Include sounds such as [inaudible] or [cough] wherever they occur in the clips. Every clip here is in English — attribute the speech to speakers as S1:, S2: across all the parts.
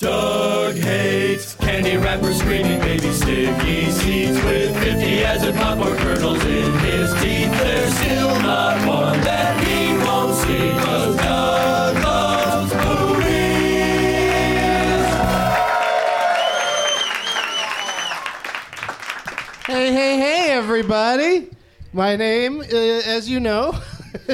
S1: Doug hates candy wrappers, screaming baby sticky seeds with 50 as in popcorn kernels in his teeth. There's still not one that he won't see. 'cause Doug loves movies.
S2: Hey, hey, hey, everybody. My name, uh, as you know,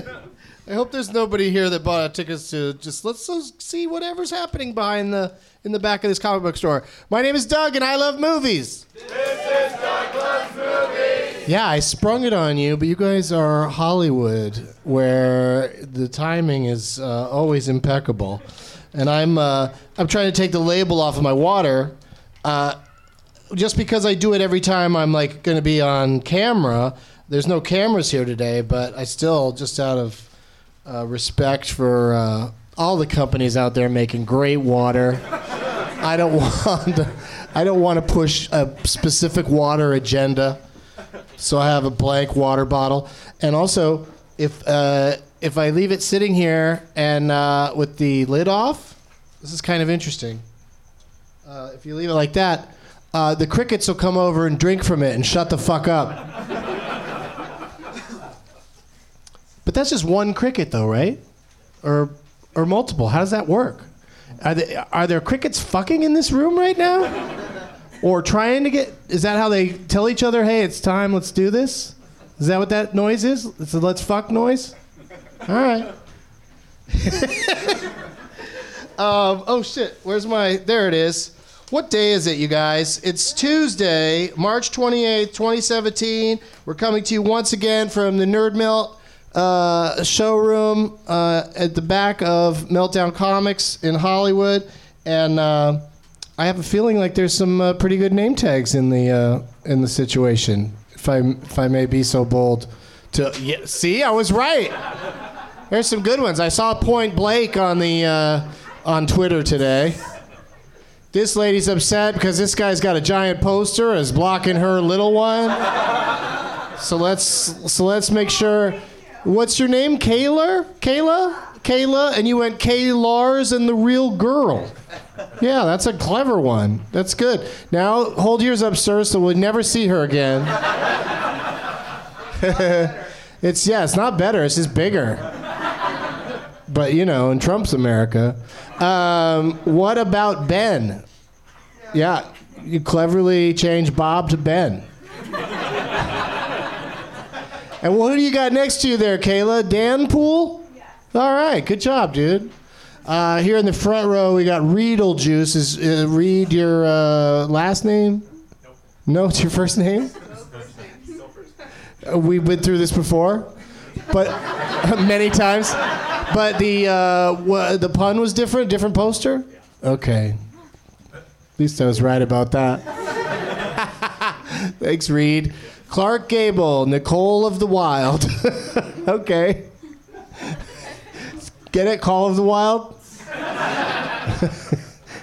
S2: [laughs] I hope there's nobody here that bought tickets to just let's just see whatever's happening behind the in the back of this comic book store. My name is Doug, and I love movies. This is Doug loves movies. Yeah, I sprung it on you, but you guys are Hollywood, where the timing is uh, always impeccable, and I'm uh, I'm trying to take the label off of my water. Uh, just because I do it every time I'm like going to be on camera. There's no cameras here today, but I still just out of uh, respect for uh, all the companies out there making great water. I don't [laughs] want to, I don't want to push a specific water agenda. So I have a blank water bottle, and also if uh, if I leave it sitting here and uh, with the lid off, this is kind of interesting. Uh, if you leave it like that, uh, the crickets will come over and drink from it and shut the fuck up. but that's just one cricket, though, right? Or, or multiple? How does that work? Are, they, are there crickets fucking in this room right now? or trying to get? Is that how they tell each other, "Hey, it's time. Let's do this"? Is that what that noise is? It's a let's fuck noise. All right. Um, oh shit, where's my? There it is. What day is it, you guys? It's Tuesday, March 28th, 2017. We're coming to you once again from the Nerd Melt uh, showroom uh, at the back of Meltdown Comics in Hollywood. And uh, I have a feeling like there's some uh, pretty good name tags in the uh, in the situation, if I if I may be so bold. To yeah, see, I was right. There's some good ones. I saw Point Blake on the uh, on Twitter today, This lady's upset because this guy's got a giant poster is blocking her little one. so let's so let's make sure. What's your name, Kayla? Kayla? Kayla? And you went Kay Lars and the real girl. Yeah, that's a clever one. That's good. Now hold yours up, sir, so we'll never see her again. [laughs] it's yeah, it's not better. It's just bigger but you know, in Trump's America. Um, what about Ben? Yeah, you cleverly changed Bob to Ben. and who do you got next to you there, Kayla? Dan Pool? All right, good job, dude. Uh, here in the front row, we got Reedle Juice. Is uh, Reed your uh, last name? No, it's your first name. Uh, We've been through this before, but [laughs] many times. But the uh, wa- the pun was different, different poster. Okay. At least I was right about that. [laughs] Thanks, Reed. Clark Gable, Nicole of the Wild. [laughs] okay. Get it? Call of the Wild? [laughs]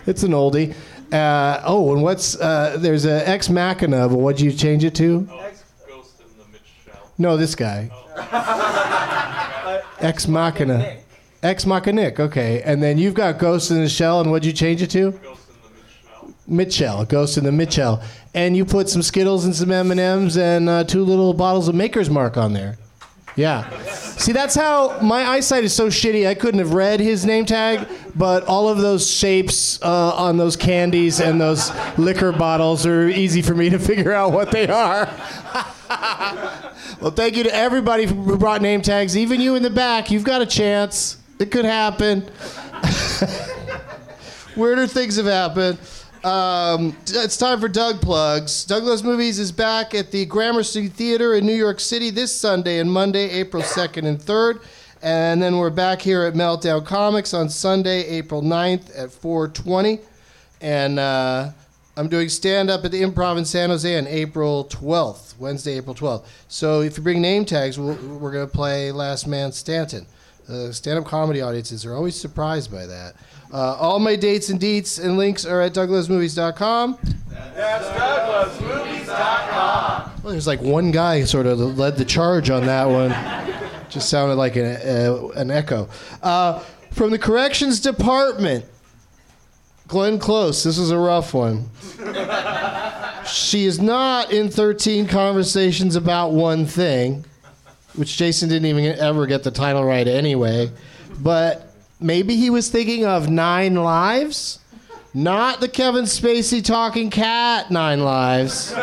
S2: it's an oldie. Uh, oh, and what's uh, there's a ex machina, but what'd you change it to?
S3: Ghost in the Mitchell.
S2: No, this guy. Ex Machina. Ex Machinic, okay. And then you've got Ghost in the Shell, and what'd you change it to?
S3: Ghost in the Mitchell.
S2: Mitchell. Ghost in the Mitchell. And you put some Skittles and some M&Ms and uh, two little bottles of Maker's Mark on there. Yeah. See, that's how my eyesight is so shitty. I couldn't have read his name tag, but all of those shapes uh, on those candies and those liquor bottles are easy for me to figure out what they are. Well, thank you to everybody who brought name tags. Even you in the back, you've got a chance. It could happen. [laughs] Weirder things have happened. Um, it's time for Doug plugs. Doug Loves Movies is back at the Gramercy Theater in New York City this Sunday and Monday, April 2nd and 3rd. And then we're back here at Meltdown Comics on Sunday, April 9th at 420. And uh, I'm doing stand up at the Improv in San Jose on April 12th, Wednesday, April 12th. So if you bring name tags, we'll, we're going to play Last Man Stanton. Uh, stand up comedy audiences are always surprised by that. Uh, all my dates and deets and links are at douglasmovies.com. Well, there's like one guy sort of led the charge on that one. Just sounded like an, uh, an echo. Uh, from the corrections department, Glenn Close. This was a rough one. she is not in 13 conversations about one thing, which Jason didn't even ever get the title right anyway. But maybe he was thinking of Nine Lives? Not the Kevin Spacey talking cat Nine Lives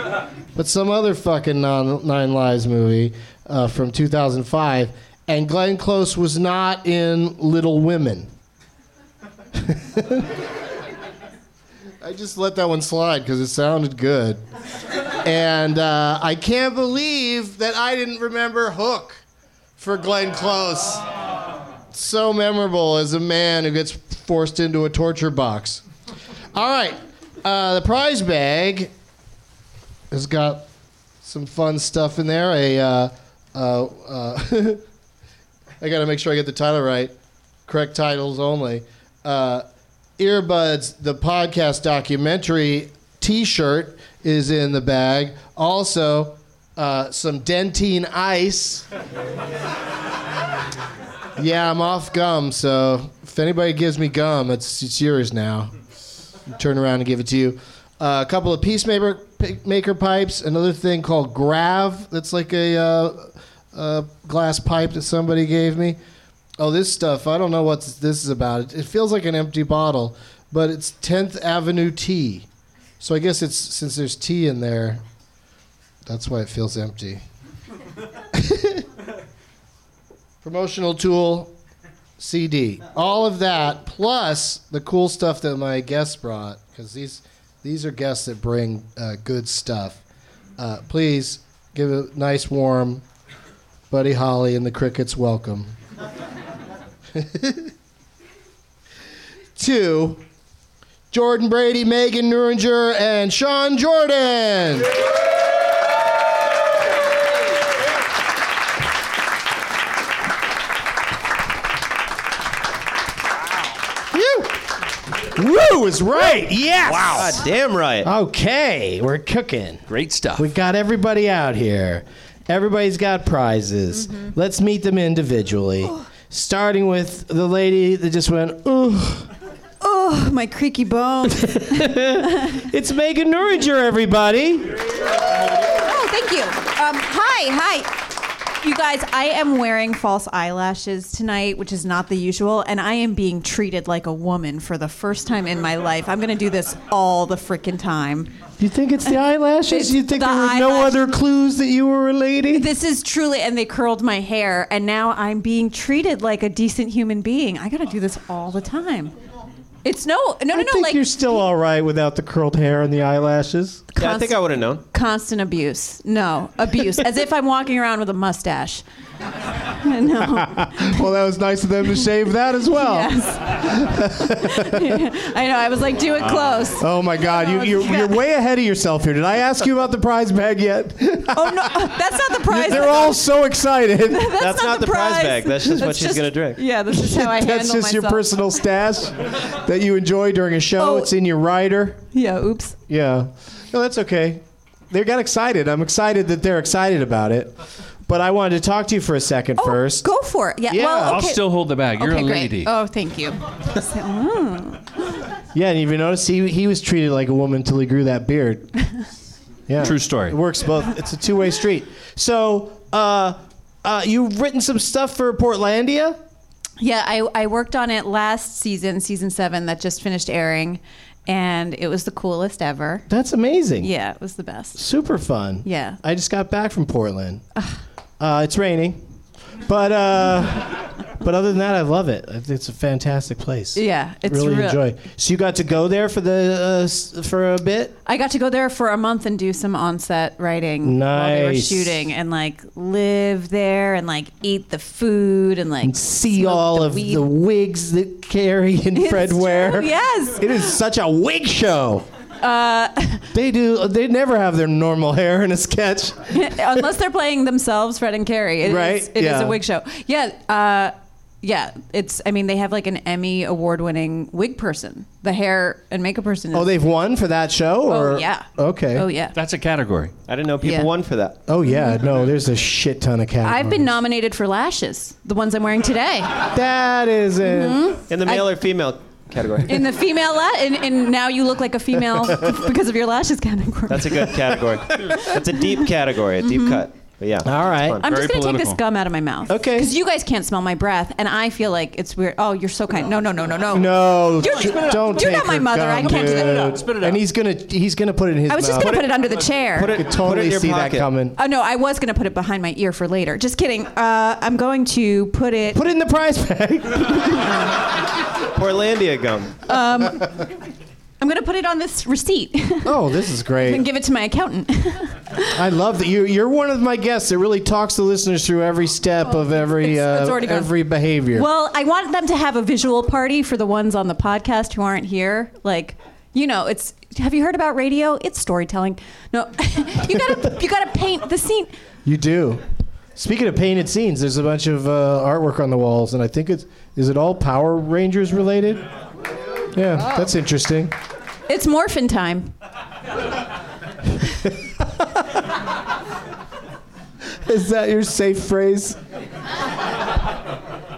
S2: but some other fucking non, Nine Lives movie uh, from 2005. And Glenn Close was not in Little Women. I just let that one slide because it sounded good. And uh, I can't believe that I didn't remember Hook for Glenn Close. So memorable as a man who gets forced into a torture box. All right, uh, the prize bag has got some fun stuff in there. A, uh, uh, uh, [laughs] I got to make sure I get the title right. Correct titles only. Uh, Earbuds, the podcast documentary T-shirt is in the bag. Also, uh, some dentine ice. yeah, I'm off gum, so if anybody gives me gum, it's it's yours now turn around and give it to you. Uh, a couple of peacemaker pi- maker pipes, another thing called grav. That's like a, uh, a glass pipe that somebody gave me. Oh, this stuff. I don't know what this is about. It, it feels like an empty bottle, but it's 10th Avenue tea. So I guess it's since there's tea in there, that's why it feels empty. [laughs] Promotional tool, CD. All of that plus the cool stuff that my guests brought because these these are guests that bring uh, good stuff. Uh, please give a nice warm Buddy Holly and the Crickets welcome to Jordan Brady, Megan Nuringer, and Sean Jordan. Phew. Woo! Giroux is right. Yes.
S4: Wow. damn right.
S2: Okay, we're cooking.
S4: Great stuff.
S2: We got everybody out here. Everybody's got prizes.
S5: Mm-hmm.
S2: Let's meet them individually. Starting with the lady that just went, ooh,
S5: Oh, my creaky bone.
S2: it's Megan Nuringer, everybody.
S5: [laughs] Oh, thank you. Um, hi, hi. You guys, I am wearing false eyelashes tonight, which is not the usual, and I am being treated like a woman for the first time in my life. I'm going to do this all the freaking time.
S2: You think it's the eyelashes?
S5: It's
S2: You think
S5: the
S2: there were no
S5: eyelash-
S2: other clues that you were a lady?
S5: This is truly, and they curled my hair, and now I'm being treated like a decent human being. I got to do this all the time. It's no, no, no,
S2: I
S5: no,
S2: think
S5: like
S2: you're still all right without the curled hair and the eyelashes.
S4: Yeah, I think I would have known.
S5: constant abuse. No, abuse. As if I'm walking around with a mustache. [laughs] no.
S2: Well, that was nice of them to shave that as well.
S5: [laughs] Yes. [laughs] I know. I was like, do it close.
S2: Oh my God, you, you're, you're way ahead of yourself here. Did I ask you about the prize bag yet?
S5: Oh no, [laughs] that's not the prize. [laughs]
S2: They're all so excited.
S5: That's,
S4: That's not the prize bag. That's just what she's gonna drink.
S5: Yeah, this is how I handle
S2: That's just your
S5: myself.
S2: personal stash that you enjoy during a show.
S5: Oh.
S2: It's in your rider.
S5: Yeah. Oops.
S2: Yeah. No, that's okay. They got excited. I'm excited that they're excited about it. But I wanted to talk to you for a second
S5: Oh,
S2: first.
S5: go for it. Yeah.
S2: Yeah.
S5: Well,
S2: I'll
S6: I'll
S5: okay.
S6: still hold the bag. You're
S5: okay,
S6: a
S5: great.
S6: lady.
S5: Oh, thank you. So, mm.
S2: Yeah, and even notice he he was treated like a woman till he grew that
S5: [laughs]
S2: beard. Yeah.
S6: True story.
S2: It works both. It's a two way street. So uh, uh, you've written some stuff for Portlandia?
S5: Yeah, I, I worked on it last season, season seven, that just finished airing, and it was the coolest ever.
S2: That's amazing.
S5: Yeah, it was the best.
S2: Super fun.
S5: Yeah.
S2: I just got back from Portland. Uh, it's raining, but uh, but other than that, I love it. I think It's a fantastic place.
S5: Yeah, it's
S2: really
S5: real-
S2: enjoy. So you got to go there for the uh, s- for a bit.
S5: I got to go there for a month and do some on-set writing while they were
S2: Nice.
S5: shooting, and like live there and like eat the food and like
S2: See
S5: smoke
S2: all
S5: the
S2: of
S5: weed.
S2: the wigs that Carrie and
S5: [laughs] It's
S2: Fred
S5: true,
S2: wear. [laughs]
S5: yes. Uh,
S2: it is such a wig show. they do. They never have their normal hair in a sketch.
S5: [laughs] unless they're playing themselves, Fred and Carrie. It is-
S2: Right?
S5: it is
S2: Yeah.
S5: a wig show. Yeah, uh, yeah. It's. I mean, they have like an Emmy award-winning wig person, the hair and makeup person. Is,
S2: Oh, they've won for that show.
S5: Oh
S2: or-
S5: yeah.
S2: Okay.
S5: Oh yeah.
S6: That's a category.
S4: I didn't know people
S5: Yeah.
S4: won for that.
S2: Oh yeah. No, there's a shit ton of categories.
S5: I've been nominated for lashes, the ones I'm wearing today,
S2: That is it.
S5: Mm-hmm.
S4: In the male or female category.
S5: in the female lash. And, and now you look like a female because of your lashes category.
S4: [laughs] That's a good category. That's a deep category, a deep cut. But yeah.
S2: All right.
S4: it's fun.
S5: I'm
S6: Very
S5: just gonna take this
S6: political.
S5: gum out of my mouth.
S2: Okay.
S5: Because you guys can't smell my breath, and I feel like it's weird. Oh, you're so kind. No, no, no, no, no.
S2: No,
S5: You're-
S2: j-
S5: You're
S2: don't
S5: not
S2: take
S5: my
S2: her
S5: mother. I
S2: gum,
S5: can't do that.
S2: dude.
S5: Spit it
S6: out, spit it out.
S2: And he's gonna he's gonna put it in his
S5: I was just
S2: mouth.
S5: gonna put it under the chair.
S4: Put
S2: I
S4: it-
S2: could totally
S4: in your
S2: see that
S4: pocket.
S2: coming.
S5: Oh no, I was gonna put it behind my ear for later. Just kidding. Uh, I'm going to put it.
S2: Put it in the prize
S5: [laughs]
S2: bag.
S4: Portlandia gum.
S5: I'm gonna put it on this receipt
S2: oh, this is
S5: [laughs] and
S2: great.
S5: give it to my accountant.
S2: I love that you you're one of my guests that really talks the listeners through every step of every
S5: It's- it's
S2: uh,
S5: already gone.
S2: every behavior.
S5: well, I want them to have a visual party for the ones on the podcast who aren't here. Like, you know, it's. Have you heard about radio? It's storytelling. No, [laughs] you gotta you gotta paint the scene.
S2: you do. Speaking of painted scenes, there's a bunch of uh, artwork on the walls, and I think it's is it all Power Rangers related? Yeah,
S5: Oh.
S2: that's interesting.
S5: It's morphin time.
S2: Is that your safe phrase?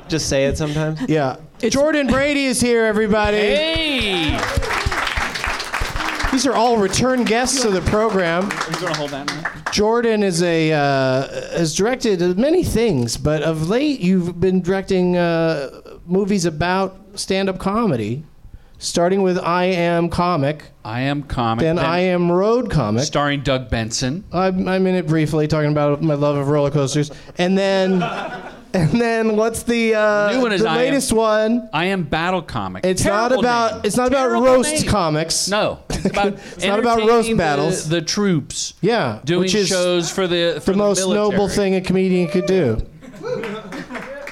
S4: Just say it sometimes.
S2: Yeah.
S6: [laughs]
S2: Jordan Brady is here, everybody.
S6: Hey!
S2: These are all return guests to the program. Jordan is a uh, has directed many things, but of late you've been directing uh, movies about stand-up comedy, starting with I Am Comic,
S6: I am comic.
S2: then I Am Road Comic.
S6: Starring Doug Benson.
S2: I'm, I'm in it briefly, talking about my love of roller coasters, and then [laughs] and then what's the uh,
S6: New one is
S2: the
S6: I Am-
S2: latest one?
S6: I am battle comic.
S2: It's
S6: Terrible
S2: not about
S6: name.
S2: it's not about
S6: Terrible
S2: roast
S6: name.
S2: comics.
S6: No, it's about
S2: [laughs] It's not about roast
S6: entertaining the-
S2: battles.
S6: The, troops.
S2: Yeah,
S6: doing
S2: which is
S6: shows for the for
S2: the most
S6: military.
S2: noble thing a comedian
S6: [laughs]
S2: could do.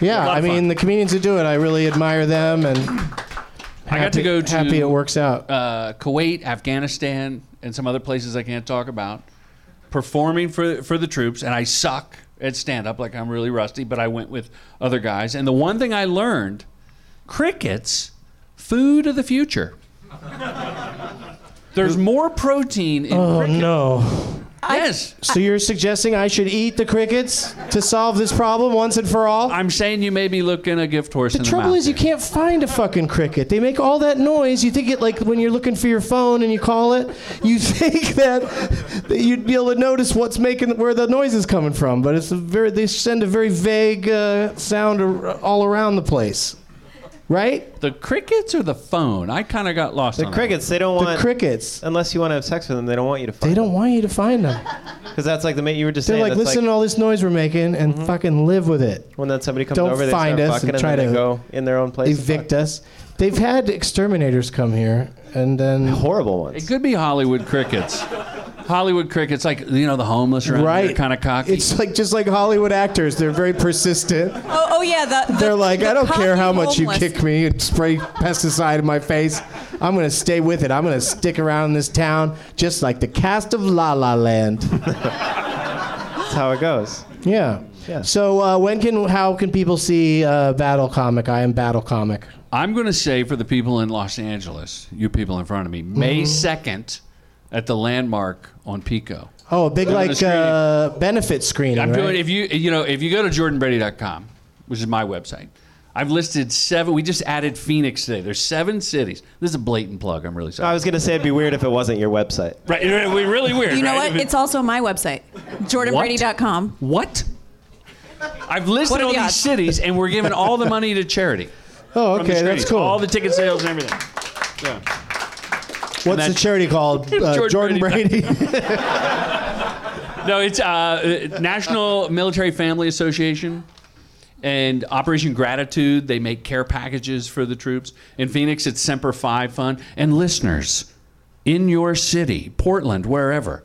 S2: Yeah,
S6: lot
S2: I
S6: of
S2: mean
S6: fun.
S2: the comedians who do it, I really admire them, and
S6: I got to go to
S2: happy it works out.
S6: uh, Kuwait, Afghanistan, and some other places I can't talk about. Performing for for the troops, and I suck at stand up. Like I'm really rusty, but I went with other
S2: [laughs]
S6: guys. And the one thing I learned: crickets, food of the future. There's more protein in
S2: Oh,
S6: cricket.
S2: no.
S6: Yes.
S2: So you're suggesting I should eat the crickets to solve this problem once and for all?
S6: I'm saying you may be looking a gift horse
S2: The
S6: in the
S2: trouble
S6: mouth.
S2: is you can't find a fucking cricket. They make all that noise. You think it like when you're looking for your phone and you call it, you [laughs] think that, that you'd be able to notice what's making where the noise is coming from, but it's a very they send a very vague uh, sound ar- all around the place. Right?
S6: the crickets or the phone? I kind of got lost.
S2: The
S6: on that.
S4: Crickets, they don't
S2: the
S4: want.
S2: crickets.
S4: Unless you want to have sex with them, they don't want you to
S2: They
S4: find
S2: don't want you to find them.
S4: Because that's like the mate you were just
S2: They're
S4: saying.
S2: like,
S4: that's
S2: listen to all this noise we're making and fucking live with it.
S4: when that somebody comes
S2: Don't
S4: over, they
S2: find
S4: start
S2: us
S4: fucking
S2: and
S4: and,
S2: try
S4: then
S2: to
S4: they go in their own place. and
S2: Evict us. They've had exterminators come here and then
S4: [laughs] fuck. Horrible
S6: It
S4: ones.
S6: could be Hollywood crickets. Hollywood crickets, like you know the homeless around
S2: Right.
S6: kind of cocky.
S2: It's like just like Hollywood actors. They're very persistent.
S5: Oh, oh yeah. The, the-
S2: They're like,
S5: the
S2: I don't care
S5: cocky
S2: how much you
S5: homeless.
S2: kick me and spray pesticide in my face. I'm gonna stay with it. I'm gonna stick around in this town just like the cast of La
S6: [laughs]
S2: La Land.
S4: That's how it goes.
S2: Yeah.
S4: Yeah.
S2: So uh, when can how can people see uh, Battle Comic? I am Battle Comic.
S6: I'm going to say for the people in Los Angeles, you people in front of me, May
S2: Mm-hmm.
S6: 2nd at the Landmark on Pico.
S2: Oh, a
S6: Doing
S2: big
S6: the
S2: like
S6: screening.
S2: uh, benefit screening.
S6: I'm
S2: right?
S6: doing if you you know if you go to jordanbrady.com, which is my website. I've listed seven. We just added Phoenix today. There's seven cities. This is a blatant plug. I'm really sorry.
S4: I was gonna say it'd be weird if it wasn't your website.
S6: right, it would be really weird.
S2: [laughs]
S5: You know
S6: right?
S5: what? It's also my website, jordanbrady.com.
S6: what? I've listed
S5: What are
S6: all
S5: the
S6: these
S5: odds?
S6: cities, and we're giving all the money to charity.
S2: oh,
S6: from the
S2: okay, that's
S6: screenings.
S2: cool.
S6: All the ticket sales and everything. Yeah.
S2: What's the
S6: that- [laughs]
S2: charity called? Uh, Jordan,
S6: Jordan
S2: Brady.
S6: [laughs] No, it's uh, uh, National Military Family Association and Operation Gratitude. They make care packages for the troops. In Phoenix, it's Semper Fi Fund. And listeners, in your city, Portland, wherever,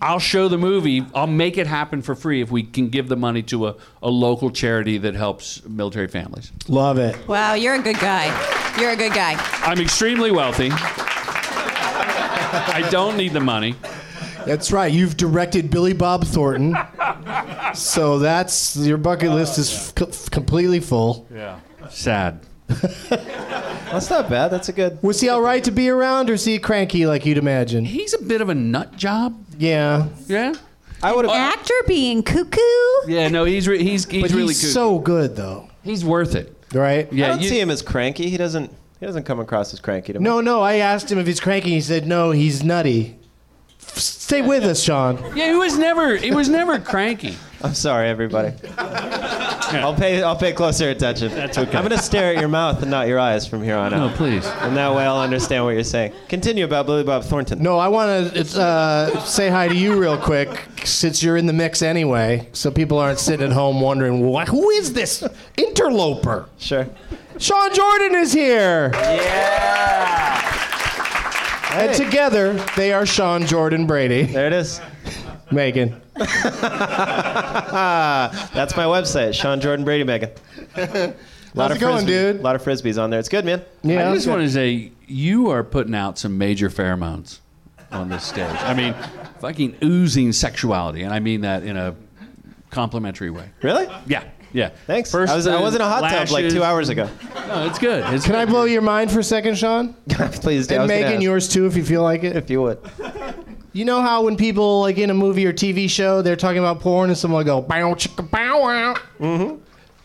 S6: I'll show the movie. I'll make it happen for free if we can give the money to a, a local charity that helps military families.
S2: Love it.
S5: Wow, you're a good guy. You're a good guy.
S6: I'm extremely wealthy. I don't need the money.
S2: That's right. You've directed Billy Bob Thornton.
S6: [laughs]
S2: so that's your bucket list is f- c- completely full.
S6: Oh, Yeah. Sad.
S4: That's not bad. That's a good.
S2: Was he all right to be around, or is he cranky like you'd imagine?
S6: He's a bit of a nut job.
S2: Yeah,
S6: Yeah.
S4: I would have.
S5: Actor being cuckoo.
S6: Yeah, no, he's re- he's he's
S2: but
S6: really
S2: he's
S6: good.
S2: so good though,
S6: he's worth it.
S2: right?
S6: Yeah,
S4: I don't
S6: you-
S4: see him as cranky. He doesn't. He doesn't come across as cranky to me.
S2: No, no. I asked him if he's cranky. He said no. He's nutty. F- Stay with us, Sean.
S6: Yeah, he was never he was
S4: [laughs]
S6: never cranky.
S4: I'm sorry, everybody.
S6: [laughs]
S4: I'll pay. I'll pay closer attention. That's okay. I'm gonna stare at your mouth and not your eyes from here on
S6: No,
S4: out.
S6: please.
S4: And that way, I'll understand what you're saying. Continue about Billy Bob Thornton.
S2: No, I want to uh, say hi to you real quick since you're in the mix anyway, so people aren't sitting at home wondering, "Wha- who is this interloper?
S4: Sure.
S2: Sean Jordan is here.
S4: Yeah.
S2: And together, they are Sean Jordan [laughs] Brady.
S4: There it is.
S2: Megan.
S4: That's my website, Sean Jordan Brady Megan.
S2: How's it going, dude?
S4: A lot of frisbees on there. It's good, man.
S2: Yeah.
S6: I just want to say you are putting out some major pheromones on this stage. I mean, fucking oozing sexuality, and I mean that in a complimentary way.
S4: Really?
S6: Yeah, yeah.
S4: Thanks. I, was, I was in a hot tub like two hours ago. [laughs]
S6: No, it's good. It's
S2: Can I
S6: good.
S2: blow your mind for a second, Sean?
S4: Please do. I
S2: And
S4: was gonna
S2: Megan,
S4: ask
S2: yours too, if you feel like it.
S4: if you would.
S2: You know how when people, like in a movie or TV show, they're talking about porn and someone will go, bow, chicka, bow, wow. Mm-hmm.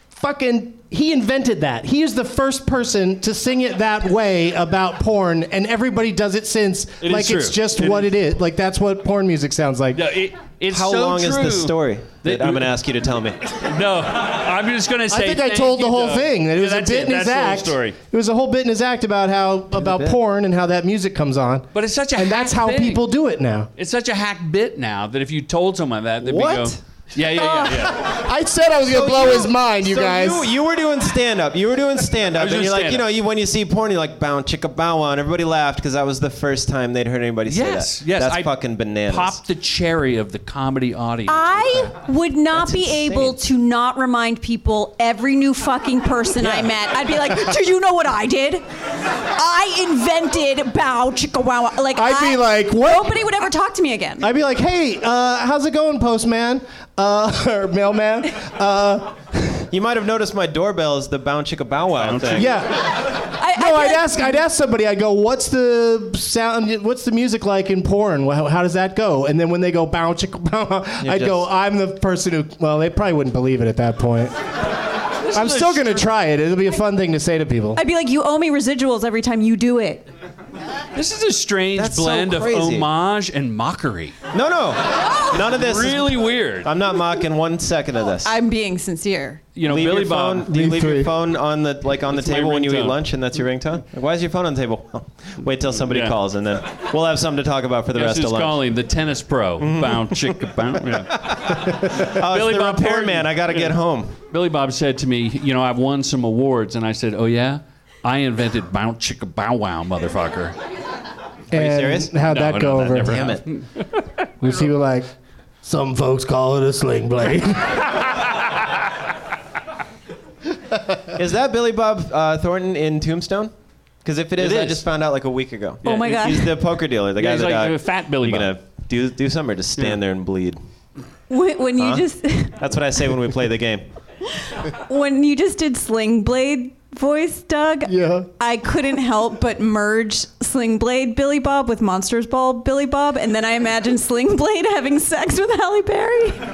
S2: Fucking, he invented that. He is the first person to sing it that way about porn, and everybody does it since.
S6: It is
S2: like it's
S6: true.
S2: just
S6: It
S2: what
S6: is-
S2: it is. Like that's what porn music sounds like.
S6: No, it, it's
S4: How
S6: so
S4: long is
S6: true
S4: this story that,
S6: that-
S4: I'm going to ask you to tell me?
S6: No, I'm just gonna say.
S2: I think I
S6: thank
S2: told the
S6: you,
S2: whole
S6: Doug.
S2: thing that it
S6: Yeah,
S2: was a
S6: that's
S2: bit in his
S6: that's the whole
S2: act.
S6: story.
S2: It was a whole bit in his act about how about
S4: bit.
S2: porn and how that music comes on.
S6: But it's such a
S2: and that's
S6: hack
S2: how
S6: thing.
S2: people do it now.
S6: It's such a hack bit now that if you told someone that, they'd
S4: What?
S6: be go, yeah,
S2: [laughs]
S6: yeah, yeah, yeah.
S2: I said I was gonna blow his mind, you
S4: so
S2: guys.
S4: You, you were doing stand up. You were doing
S6: [laughs]
S4: stand
S6: I
S4: up.
S6: was
S4: And you're
S6: doing
S4: like, you know,
S6: stand-up.
S4: you, when you see porn, you're like, bow, chicka, bow, wow. And everybody laughed because that was the first time they'd heard anybody say
S6: yes,
S4: that.
S6: yes.
S4: That's
S6: I
S4: fucking bananas.
S6: Pop the cherry of the comedy audience.
S2: Ah,
S5: I would not
S4: That's
S5: be
S4: insane.
S5: able to not remind people every new fucking person I met. I'd be like, "Do you know what I did? I invented bow chicka wow." wow." Like
S2: I'd
S5: I-
S2: be like, what?
S5: Nobody would ever talk to me again.
S2: I'd be like, hey, uh, how's it going, postman uh, [laughs] or mailman? Uh,
S4: You might have noticed my doorbell is the bow, chicka, bow, wow thing.
S2: yeah,
S5: I,
S2: No, I'd ask. I'd ask somebody. I'd go, "What's the sound? What's the music like in porn? How, how does that go?" And then when they go, "Bow chicka [laughs] bow,"
S4: You're
S2: I'd go,
S4: just-
S2: "I'm the person who." Well, they probably wouldn't believe it at that point. I'm still gonna try it. It'll be a fun thing to say to people.
S5: I'd be like, you owe me residuals every time you do it.
S6: This is a strange
S4: That's so
S6: blend of
S4: crazy.
S6: homage and mockery.
S2: [laughs]
S4: No, no. None of this. is-
S6: Really weird.
S4: I'm not mocking one second of this.
S5: I'm being sincere.
S6: You know,
S4: leave
S6: Billy
S4: your
S6: Bob.
S4: phone. Do you
S2: Leave
S4: leave your
S2: three.
S4: phone on the like on
S6: That's
S4: the
S6: my
S4: table when you eat
S6: ringtone.
S4: lunch, and that's your ringtone? Like, why is your phone on the table? [laughs] Wait till somebody
S6: Yeah.
S4: calls, and then we'll have something to talk about for the
S6: Guess
S4: rest Mm-hmm.
S6: who's
S4: of lunch.
S6: calling? The tennis
S4: [laughs]
S6: pro. Bound chicka bound. Yeah.
S4: Oh, it's
S6: Billy
S4: the
S6: Bob
S4: repairman.
S6: Thornton.
S4: I gotta get home.
S6: Billy Bob said to me, "You know, I've won some awards," and I said, "Oh yeah." I invented bound chicka bow wow, motherfucker.
S2: Are
S4: serious?
S2: How'd
S6: No,
S2: that
S6: no,
S2: go
S6: that
S2: over?
S6: never
S4: Damn it.
S2: We see like some folks call it a
S6: [laughs]
S2: sling blade. [laughs]
S4: Is that Billy Bob uh, Thornton in Tombstone? Because if it is,
S6: It
S4: I
S6: is.
S4: just found out like a week ago.
S5: oh my god.
S4: He's the poker dealer, the guy
S6: Yeah, he's
S4: that
S6: like
S4: uh,
S6: a fat Billy
S4: You're
S6: Bob.
S4: gonna do do something or just stand there and bleed.
S5: when, when you
S4: Huh?
S5: just [laughs]
S4: That's what I say when we play
S6: [laughs]
S4: the game.
S5: when you just did Sling Blade voice, Doug,
S2: yeah.
S5: I couldn't help but merge Sling Blade Billy Bob with Monsters Ball Billy Bob, and then I imagined Sling Blade having sex with Halle Berry. [laughs]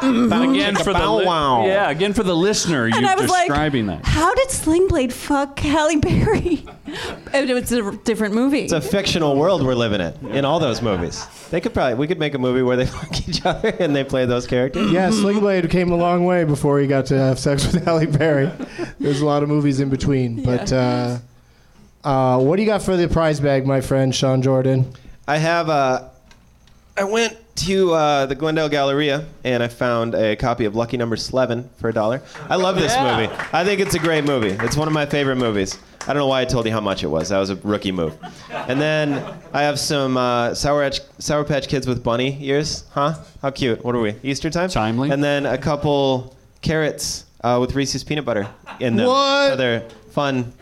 S6: Oh. Again for the
S4: Mm-hmm. bow wow.
S6: yeah, again for the listener,
S5: And I
S6: you're
S5: was like,
S6: describing that.
S5: How did Sling Blade fuck Halle
S4: [laughs]
S5: Berry? And it's a different movie.
S4: It's a fictional world we're living in. In all those movies, they could probably we could make a movie where they [laughs] fuck each other and they play those characters.
S2: Yeah, Sling Blade came a long way before he got to have sex with [laughs] Halle Berry. There's a lot of movies in between, but uh, uh, what do you got for the prize bag, my friend Sean Jordan?
S4: I have uh, I went to uh, the Glendale Galleria and I found a copy of Lucky Number 11 for a dollar. I love this movie. I think it's a great movie. It's one of my favorite movies. I don't know why I told you how much it was. That was a rookie move. And then I have some uh, Sour, Patch, Sour Patch Kids with bunny ears. Huh? How cute. What are we? Easter time?
S6: Timely.
S4: And then a couple carrots uh, with Reese's peanut butter in them.
S2: What?
S4: So they're fun.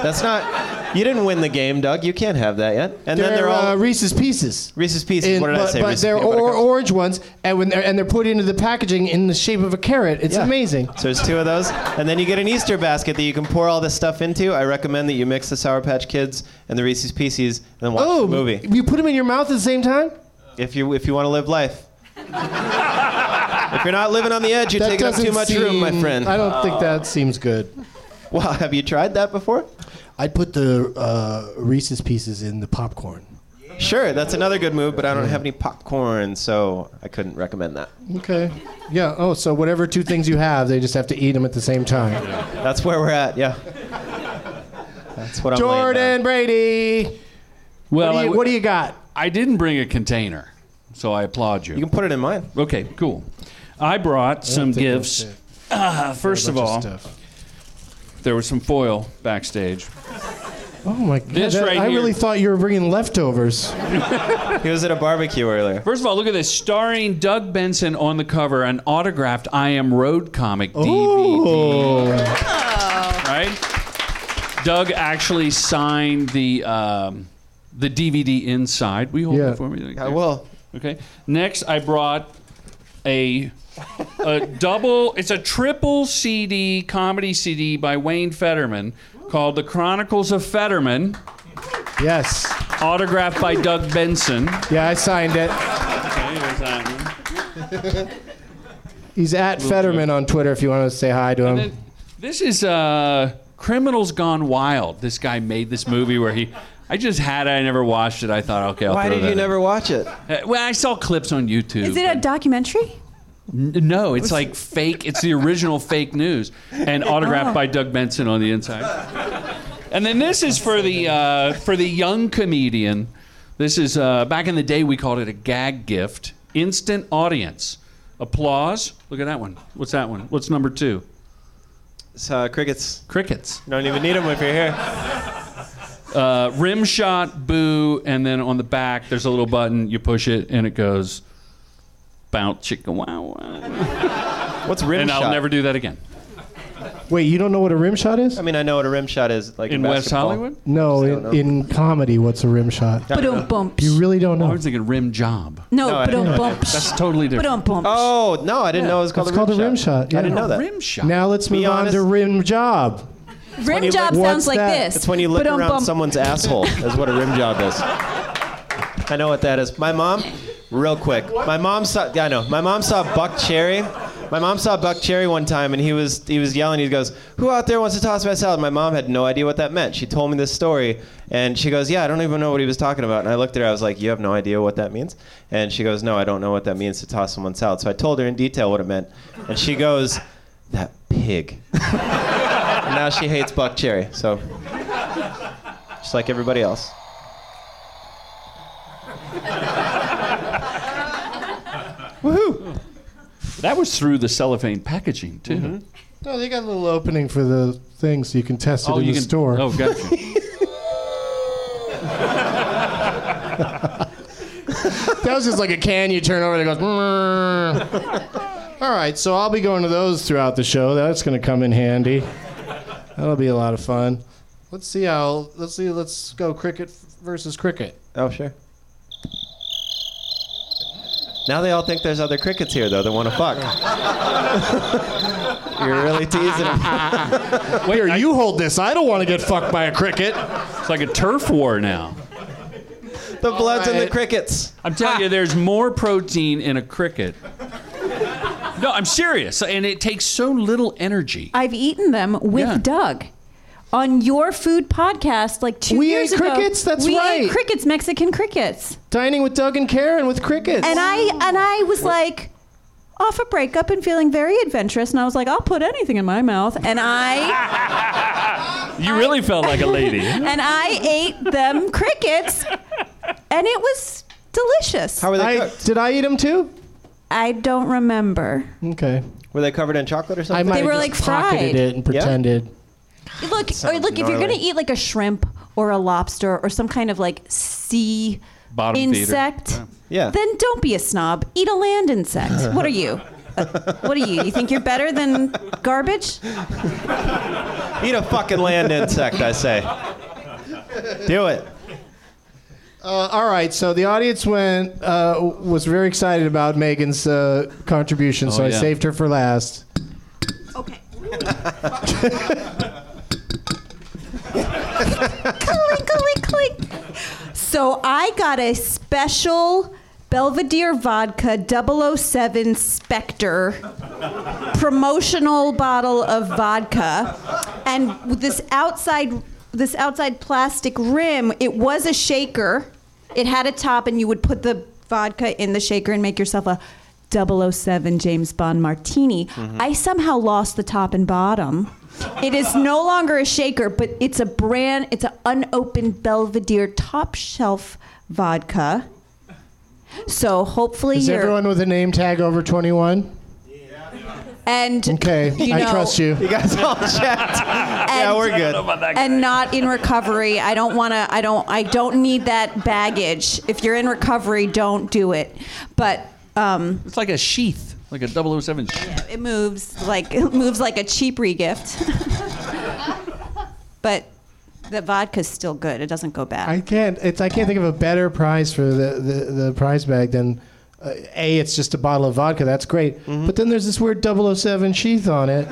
S4: That's not. You didn't win the game, Doug. You can't have that yet. And then they're all
S2: uh, Reese's Pieces.
S4: Reese's Pieces.
S2: And-
S4: what did
S2: but,
S4: I say?
S2: But
S4: Reese's
S2: they're
S4: peanut butter
S2: or,
S4: cups.
S2: orange ones, and when they're, and they're put into the packaging in the shape of a carrot. It's
S4: Yeah.
S2: amazing.
S4: So there's two of those, and then you get an Easter basket that you can pour all this stuff into. I recommend that you mix the Sour Patch Kids and the Reese's Pieces, and then watch
S2: Oh,
S4: the movie
S2: you put them in your mouth at the same time?
S4: if you if you want to live life. if you're not living on the edge, you're
S2: That
S4: taking up too
S2: doesn't
S4: much room, my
S2: seem-
S4: friend.
S2: I don't think that seems good.
S4: Well, have you tried that before?
S2: I'd put the uh, Reese's Pieces in the popcorn.
S4: Sure, that's another good move, but I don't have any popcorn, so I couldn't recommend that.
S2: Okay. Yeah. Oh, so whatever two things you have, they just have to eat them at the same time.
S4: That's where we're at. Yeah. That's what I'm. laying down.
S2: Jordan Brady.
S6: Well,
S2: What do,
S6: I
S2: you,
S6: w-
S2: what do you got?
S6: I didn't bring a container, so I applaud you.
S4: You can put it in mine.
S6: Okay, cool. I brought some gifts. Uh, first of all, there was some foil backstage.
S2: Oh my god!
S6: This right
S2: I
S6: here-
S2: really thought you were bringing leftovers.
S4: He was at a barbecue
S2: [laughs]
S4: earlier.
S6: First of all, look at this. Starring Doug Benson on the cover, an autographed I Am Road comic E. DVD. Right? Doug actually signed the um, the DVD inside. Will you hold
S2: Yeah.
S6: it for me?
S4: I will.
S6: Okay. Next, I brought a a double. It's a triple CD comedy CD by Wayne Fetterman called "The Chronicles of Fetterman,"
S2: Yes.
S6: autographed by Doug Benson.
S2: Yeah, I signed it. He's at Fetterman on Twitter if you want to say hi to
S6: Then-
S2: him.
S6: This is uh, "Criminals Gone Wild." This guy made this movie where he. I just had it. I never watched it. I thought, okay, I'll
S4: Why
S6: throw
S4: did
S6: that
S4: you
S6: in.
S4: never watch it?
S6: Uh, Well, I saw clips on YouTube.
S5: Is it a documentary?
S6: No, it's like fake. It's the original fake news, and autographed by Doug Benson on the inside. And then this is for the uh, for the young comedian. This is uh, back in the day we called it a gag gift, instant audience applause. Look at that one. What's that one? What's number two?
S4: It's, uh, crickets.
S6: Crickets.
S4: You don't even need them if you're here.
S6: Uh, rim shot, boo, and then on the back there's a little button. You push it, and it goes. Bounce chicken wow wow.
S4: What's rim
S6: And
S4: shot?
S6: I'll never do that again.
S2: Wait, you don't know what a rim shot is?
S4: I mean, I know what a rim shot is. Like
S6: In West
S4: basketball.
S6: Hollywood?
S2: No,
S4: don't know.
S2: in, in comedy, what's a rim shot?
S5: But don't bump.
S2: You really don't
S6: I
S2: know.
S6: was thinking rim job.
S5: No,
S4: I
S5: but
S4: don't
S5: don't
S4: know.
S5: bump.
S6: That's totally
S5: But
S6: different.
S5: don't bump.
S4: Oh no, I didn't know it was called,
S2: It's called a rim shot.
S4: I didn't
S2: yeah.
S4: know that.
S6: Rim shot.
S2: Now let's
S4: Be
S2: move on to
S4: honest.
S2: rim job.
S5: Rim
S4: you
S5: job
S4: lick-
S5: sounds like
S4: What's that?
S5: this.
S4: It's when you lick
S5: Ba-dum
S4: around
S5: bum.
S4: someone's asshole. Is what a rim job is. I know what that is. My mom, real quick. My mom saw. Yeah, I know. My mom saw Buck Cherry. My mom saw Buck Cherry one time, and he was he was yelling. He goes, "Who out there wants to toss my salad?" My mom had no idea what that meant. She told me this story, and she goes, "Yeah, I don't even know what he was talking about." And I looked at her. I was like, "You have no idea what that means?" And she goes, "No, I don't know what that means to toss someone's salad." So I told her in detail what it meant, and she goes, "That pig." [laughs] And now she hates Buck Cherry, so just like everybody else. Woohoo!
S6: That was through the cellophane packaging too.
S2: No, they got a little opening for the thing so you can test it in
S6: you
S2: the
S6: can,
S2: store.
S6: Oh, [laughs] gotcha.
S2: That was just like a can you turn over that goes. "Mmm." "Brrr." All right, so I'll be going to those throughout the show. That's going to come in handy. That'll be a lot of fun. Let's see how. Let's see. Let's go cricket versus cricket.
S4: Oh, sure. Now they all think there's other crickets here, though, that want to fuck. [laughs] You're really teasing
S2: [laughs]
S4: them.
S2: Here, you hold this. I don't want to get fucked by a cricket.
S6: it's like a turf war now.
S4: The Bloods and the
S2: right.
S4: Crickets.
S6: I'm telling you, there's more protein in a cricket. No, I'm serious, and it takes so little energy.
S5: I've eaten them with
S6: Yeah.
S5: Doug. On your food podcast, like two
S2: We
S5: years
S2: ate
S5: ago,
S2: crickets? That's
S5: we
S2: right.
S5: ate crickets, Mexican crickets,
S2: Dining with Doug and Karen with crickets.
S5: and I and I was like, off a breakup and feeling very adventurous, and I was like, I'll put anything in my mouth, and
S2: [laughs]
S5: I
S6: You really felt like a lady.
S5: and I ate them crickets, and it was delicious.
S4: How were they
S2: I-
S4: cooked?
S2: did I eat them too?
S5: I don't remember.
S2: Okay.
S4: Were they covered in chocolate or
S2: I
S4: something?
S2: might
S5: were,
S2: have
S5: like,
S2: just pocketed
S5: fried.
S2: it and pretended.
S5: Look, or
S4: sounds
S5: look, if you're
S4: gnarly.
S5: gonna eat like a shrimp or a lobster or some kind of like sea
S6: Bottom feeder.
S5: insect,
S4: Yeah.
S5: then don't be a snob. Eat a land
S4: [laughs]
S5: insect. What are you? Uh, what are you? You think you're better than garbage?
S4: Eat a fucking land insect,
S5: [laughs]
S4: I say. Do it.
S2: Uh, all right, so the audience went uh, w- was very excited about Megan's uh, contribution, so
S6: yeah.
S2: I saved her for last.
S5: Okay. So I got a special Belvedere Vodka 007 Spectre promotional bottle of vodka and with this outside this outside plastic rim it was a shaker it had a top and you would put the vodka in the shaker and make yourself a 007 James Bond martini i somehow lost the top and bottom it is no longer a shaker but it's a brand it's an unopened belvedere top shelf vodka so hopefully
S2: Is
S5: you're
S2: everyone with a name tag over 21?
S5: and
S2: Okay,
S5: you
S2: I
S5: know,
S2: trust you.
S4: You guys
S5: [laughs]
S4: all checked. yeah,
S5: And-
S4: we're good.
S5: and not in recovery. I don't want to. I don't. I don't need that baggage. If you're in recovery, don't do it. But um,
S6: It's like a sheath, like a 007 sheath.
S5: it moves like [laughs] it moves like a cheap regift. [laughs] but the vodka's still good. It doesn't go bad.
S2: I can't. It's I can't think of a better prize for the the, the prize bag than uh, a. It's just a bottle of vodka. That's great. But then there's this weird 007 sheath on [laughs] it,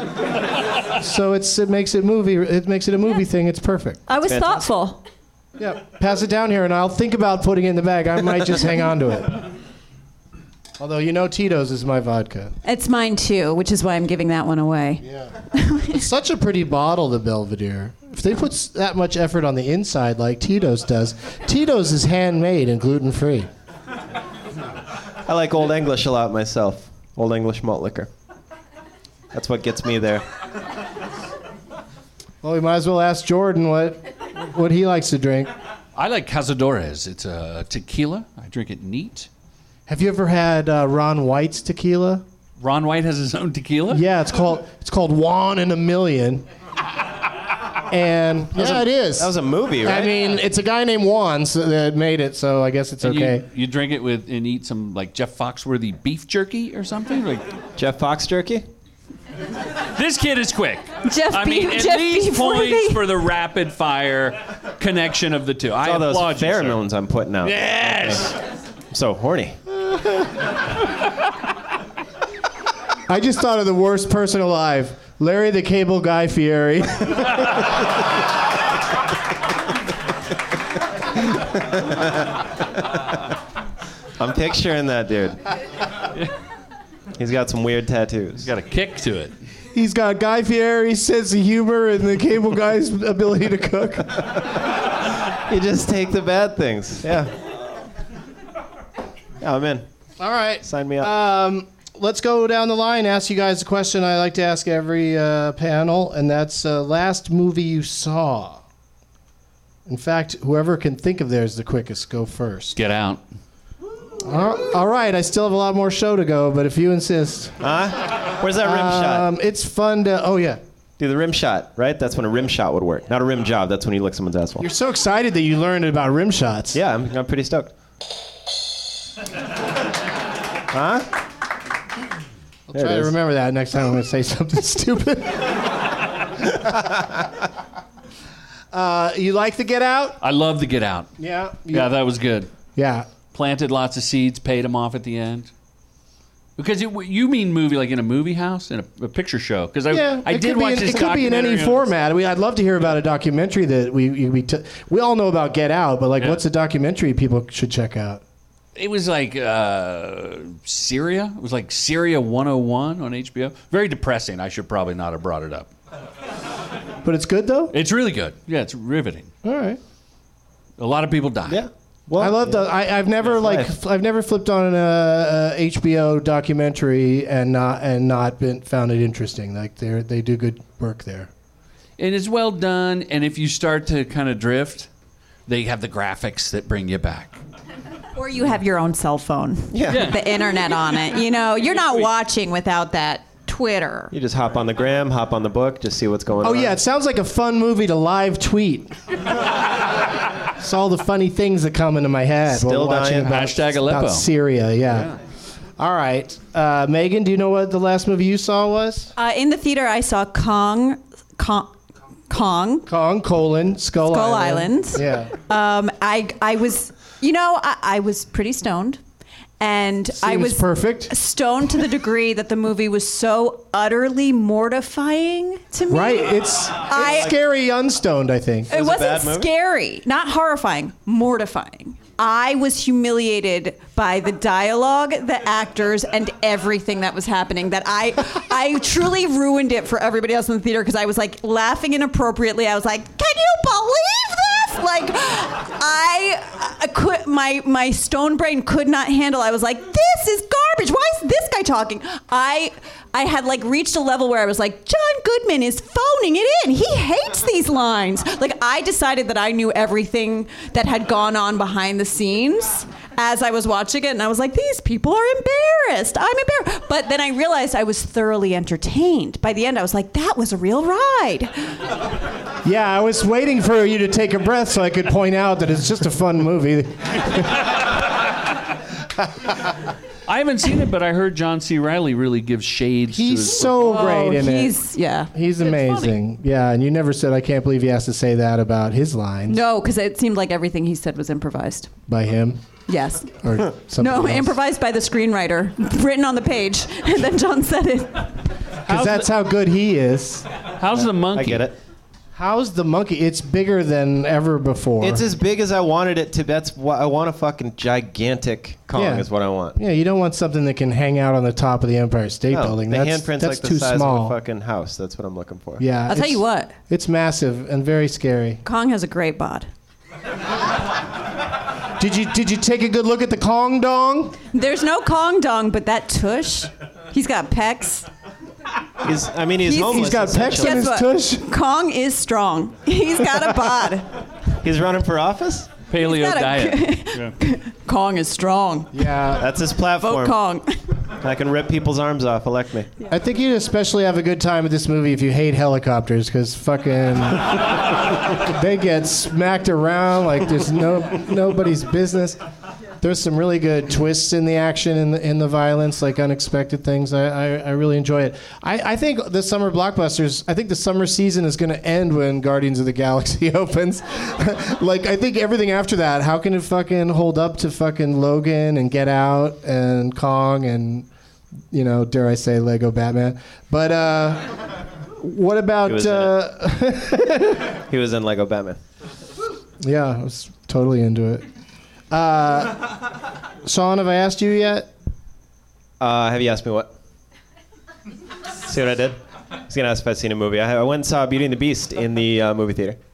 S2: so it's it makes it movie. It makes it a movie thing. It's perfect.
S5: I was
S4: Fantastic.
S5: thoughtful.
S2: Yeah, pass it down here, and I'll think about putting it in the bag. I might just hang on to it. Although you know, Tito's is my vodka.
S5: It's mine too, which is why I'm giving that one away.
S2: It's such a pretty bottle, the Belvedere. If they put s- that much effort on the inside, like Tito's does, Tito's is handmade and gluten free.
S4: I like Old English a lot myself. Old English malt liquor. That's what gets me there.
S2: Well, we might as well ask Jordan what what he likes to drink.
S6: I like Cazadores. It's a tequila. I drink it neat.
S2: Have you ever had uh, Ron White's tequila?
S6: Ron White has his own tequila.
S2: Yeah, it's called it's called Juan in a Million. And yeah, it is.
S4: That was a movie, right?
S2: I mean, it's a guy named Juan so that made it, so I guess it's
S6: And
S2: okay.
S6: You, you drink it with and eat some like Jeff Foxworthy beef jerky or something. Like
S4: Jeff Fox jerky?
S6: this kid is quick.
S5: Jeff
S6: I
S5: B-
S6: mean, at
S5: Jeff
S6: least
S5: B.
S6: points
S5: Forty.
S6: for the rapid fire connection of the two. I
S4: All those
S6: applaud you, sir.
S4: pheromones I'm putting out.
S6: Yes.
S4: I'm so horny.
S2: I just thought of the worst person alive. Larry the Cable Guy Fieri. [laughs]
S4: I'm picturing that dude. He's got some weird tattoos.
S6: Got a kick to it.
S2: He's got Guy Fieri's sense of humor and the Cable Guy's ability to cook.
S4: You just take the bad things. Yeah. Yeah, I'm in.
S2: All right.
S4: Sign me up.
S2: Um, let's go down the line. Ask you guys a question I like to ask every uh, panel, and that's uh, last movie you saw. In fact, whoever can think of theirs the quickest, go first.
S6: Get out.
S2: All- all right, I still have a lot more show to go, but if you insist,
S4: Where's that rim shot?
S2: um, it's fun to. Oh yeah,
S4: Do the rim shot, right? That's when a rim shot would work. Not a rim job. That's when you lick someone's asshole.
S2: you're so excited that you learned about rim shots.
S4: Yeah, I'm, I'm pretty stoked. huh? There it
S2: Try to
S4: is.
S2: remember that next time I'm going to say something [laughs]
S4: [laughs]
S2: stupid. uh, you like the Get Out?
S6: I love the Get Out.
S2: Yeah. You-
S6: Yeah, that was good.
S2: yeah.
S6: Planted lots of seeds, paid them off at the end. Because it, you mean movie like in a movie house in a, a picture show? Because I
S2: Yeah,
S6: I
S2: it
S6: did
S2: could
S6: watch
S2: be in,
S6: this
S2: It could be in any
S6: documentary on-
S2: format. We, I'd love to hear about a documentary that we we, we, t- we all know about Get Out, but like,
S6: Yeah.
S2: what's a documentary people should check out?
S6: It was like uh, Syria. It was like Syria 101 on HBO. Very depressing. I should probably not have brought it up.
S2: But it's good though.
S6: It's really good. Yeah, it's riveting.
S2: All right.
S6: A lot of people die.
S4: Yeah. Well,
S2: I love the. I, I've never like.
S4: life.
S2: f- I've never flipped on a, a HBO documentary and not and not been found it interesting. Like they they do good work there.
S6: And it's well done. And if you start to kind of drift, they have the graphics that bring you back.
S5: Or you have your own cell phone.
S4: Yeah.
S5: With The internet on it. You know, you're not watching without that Twitter.
S4: You just hop on the gram, hop on the book, just see what's going
S2: Oh
S4: on.
S2: yeah, it sounds like a fun movie to live tweet. it's all the funny things that come into my head
S4: Still
S2: while watching
S4: dying.
S2: about,
S6: Hashtag Aleppo.
S2: about Syria. Yeah. All right, uh, Megan. Do you know what the last movie you saw was?
S5: Uh, in the theater, I saw Kong, Kong, Kong.
S2: Kong colon Skull,
S5: Skull
S2: Island.
S5: Island.
S2: Yeah.
S5: Um, I I was, you know, I, I was pretty stoned, and I
S2: Seems
S5: was
S2: perfect.
S5: stoned to the degree that the movie was so utterly mortifying to me.
S2: Right. It's,
S5: I-
S2: it's scary unstoned. I think.
S5: It,
S4: was a
S5: was not
S4: bad movie?
S5: scary, not horrifying, mortifying. I was humiliated by the dialogue, the actors, and everything that was happening. That I, [laughs] I truly ruined it for everybody else in the theater because I was like laughing inappropriately. I was like, "Can you believe this?" Like, I, I could, my my stone brain could not handle. I was like, "This is garbage. Why is this guy talking?" I, I had like reached a level where I was like, "John Goodman is phoning it in. He hates these lines." Like, I decided that I knew everything that had gone on behind the scenes as I was watching it, and I was like, "These people are embarrassed. I'm embarrassed." But then I realized I was thoroughly entertained. By the end, I was like, "That was a real ride."
S2: Yeah, I was waiting for you to take a breath so I could point out that it's just a fun movie.
S6: I haven't seen it, but I heard John C. Riley really gives shades. to
S2: He's
S6: his-
S2: so great in it.
S5: Oh, He's yeah.
S2: He's amazing. Yeah, and you never said I can't believe he has to say that about his lines
S5: No, because it seemed like everything he said was improvised.
S2: by him
S5: Yes.
S2: or something.
S5: No,
S2: else.
S5: improvised by the screenwriter, written on the page, [laughs] and then John said it.
S2: Because that's how good he is.
S6: How's the monkey?
S4: I get it.
S2: How's the monkey? It's bigger than ever before.
S4: It's as big as I wanted it to. That's what I want a fucking gigantic Kong
S2: Yeah.
S4: is what I want.
S2: yeah, you don't want something that can hang out on the top of the Empire State
S4: No,
S2: Building.
S4: the
S2: that's
S4: handprint's
S2: that's
S4: like
S2: too
S4: the size
S2: small.
S4: of a fucking house. That's what I'm looking for.
S2: yeah,
S5: I'll tell
S2: it's-
S5: you what,
S2: It's massive and very scary.
S5: Kong has a great bod.
S2: Did you did you take a good look at the Kong Dong?
S5: There's no Kong dong, but that tush, he's got pecs.
S4: He's, I mean, he's,
S5: He's-
S4: homeless.
S2: He's got pecs
S4: essentially.
S2: on
S5: Guess
S2: his
S5: what?
S2: tush.
S5: Kong is strong. He's got a bod.
S4: He's running for office.
S6: Paleo
S5: He's got a-
S6: diet.
S5: Kong is strong.
S2: Yeah,
S4: That's his
S5: Vote
S4: platform.
S5: Kong.
S4: I can rip people's arms off. Elect me.
S2: I think you'd especially have a good time with this movie if you hate helicopters, because fucking they get smacked around like there's no nobody's business. There's some really good twists in the action and the, in the violence, like unexpected things. I, I, I really enjoy it. I, I think the summer blockbusters. I think the summer season is going to end when Guardians of the Galaxy [laughs] opens. like I think everything after that. How can it fucking hold up to fucking Logan and Get Out and Kong and you know, dare I say, Lego Batman. But uh, What about?
S4: was in it.
S2: Uh,
S4: He was in Lego Batman.
S2: yeah, I was totally into it. Uh, Sean, have I asked you yet?
S4: Uh, have you asked me what? See what I did? I was gonna ask if I'd seen a movie. I, I went and saw Beauty and the Beast in the uh, movie theater.
S6: [laughs]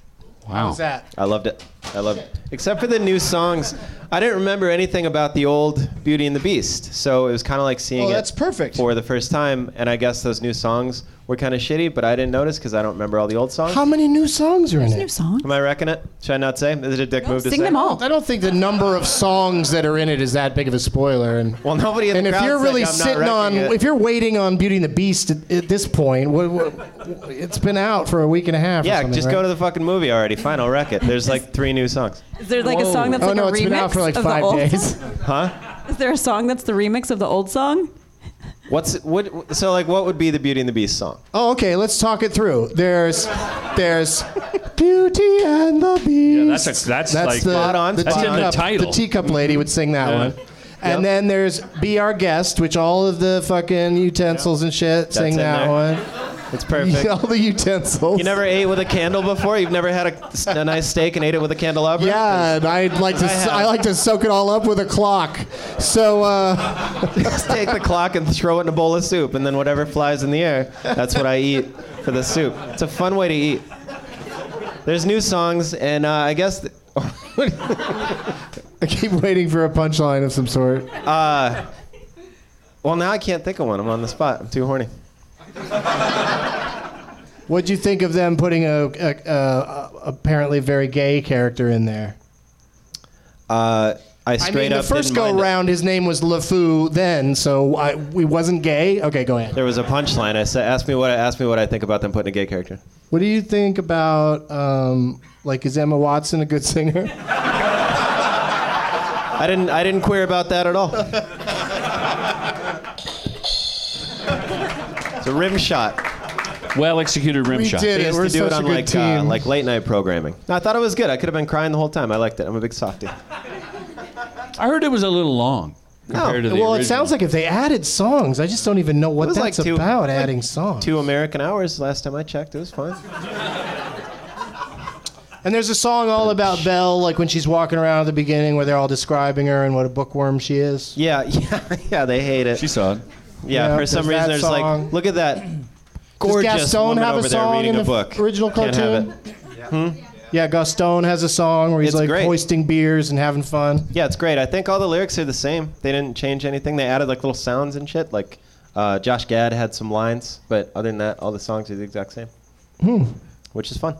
S6: Wow.
S2: that?
S4: I loved it. I loved it. Except for the new songs. I didn't remember anything about the old Beauty and the Beast. So it was kind of like seeing
S2: Oh,
S4: it
S2: that's perfect.
S4: for the first time. And I guess those new songs were kind of shitty, but I didn't notice because I don't remember all the old songs.
S2: How many new songs are in
S5: New
S2: it?
S5: song.
S4: Am I wrecking it? Should I not say? Is it a dick move to
S5: Sing
S4: say?
S5: them all.
S2: I don't think the number of songs that are in it is that big of a spoiler. And
S4: Well, nobody in
S2: and
S4: the
S2: if
S4: crowd's
S2: you're
S4: like,
S2: really
S4: "I'm not
S2: sitting on,
S4: wrecking it."
S2: if you're waiting on Beauty and the Beast at, at this point, what, what, it's been out for a week and a half. or
S4: Yeah,
S2: something,
S4: just
S2: right?
S4: go to the fucking movie already. Fine, I'll wreck it. There's like three new songs.
S7: Is there like a song that's
S2: Oh
S7: like
S2: no,
S7: a
S2: it's
S7: remix
S2: been out for like
S7: of the
S2: five
S7: old
S2: [laughs] days.
S7: Is there a song that's the remix of the old song?
S4: What's what? So like, what would be the Beauty and the Beast song?
S2: Oh, okay. Let's talk it through. There's, there's Beauty and the Beast. Yeah,
S6: that's a- that's like-
S4: Spot on,
S2: The
S4: that's in the
S2: teacup,
S6: title.
S2: The teacup lady would sing that
S6: Yeah.
S2: one. And then there's Be Our Guest, which all of the fucking utensils and shit sing
S4: in
S2: that
S4: there.
S2: one. [laughs]
S4: It's perfect.
S2: all the utensils.
S4: You never ate with a candle before. You've never had a, a nice steak and ate it with a candelabra.
S2: Yeah, and I'd like to.
S4: I have.
S2: I, like to soak it all up with a clock. So uh, [laughs]
S4: Just take the clock and throw it in a bowl of soup, and then whatever flies in the air, that's what I eat for the soup. It's a fun way to eat. There's new songs, and uh, I guess th-
S2: I keep waiting for a punchline of some sort.
S4: well now I can't think of one. I'm on the spot. I'm too horny.
S2: What'd you think of them putting a, a, a apparently very gay character in there?
S4: Uh, I
S2: I
S4: straight
S2: mean, the
S4: up
S2: first
S4: didn't
S2: go
S4: mind it.
S2: round, his name was LeFou then, so I, we wasn't gay. Okay, go ahead.
S4: There was a punchline. I said, "Ask me what I ask me what I think about them putting a gay character."
S2: What do you think about um, like is Emma Watson a good
S4: [laughs]
S2: singer?
S4: I didn't. I didn't queer about that at all. [laughs] it's a rim shot.
S6: Well executed rim
S2: We
S6: shot.
S2: did
S4: They
S2: it.
S4: used
S2: We're
S4: to do
S2: such
S4: it
S2: a
S4: on
S2: good
S4: like
S2: team.
S4: uh, like late night programming. No, I thought it was good. I could have been crying the whole time. I liked it. I'm a big softie.
S6: I heard it was a little long compared to the
S2: Oh, well, it
S6: original.
S2: sounds like if they added songs, I just don't even know what
S4: was
S2: that's
S4: like two-
S2: about.
S4: like
S2: adding songs.
S4: Two American hours last time I checked. It was fine.
S2: And there's a song all about Belle, like when she's walking around at the beginning, where they're all describing her and what a bookworm she is.
S4: Yeah, [laughs] yeah, yeah. They hate it.
S6: she saw it.
S4: yeah,
S2: Yeah,
S4: for some
S2: there's that
S4: reason, there's
S2: song.
S4: like, look at that gorgeous
S2: Gaston
S4: woman
S2: have a
S4: over
S2: song
S4: there reading
S2: in
S4: a
S2: the
S4: book.
S2: original
S4: Can't have
S2: cartoon?
S4: it.
S2: Yeah, Gaston has a song where he's
S4: It's
S2: like
S4: great.
S2: hoisting beers and having fun.
S4: Yeah, it's great. I think all the lyrics are the same. They didn't change anything. They added like little sounds and shit. Like uh, Josh Gad had some lines, but other than that, all the songs are the exact same,
S2: Hmm.
S4: which is fun.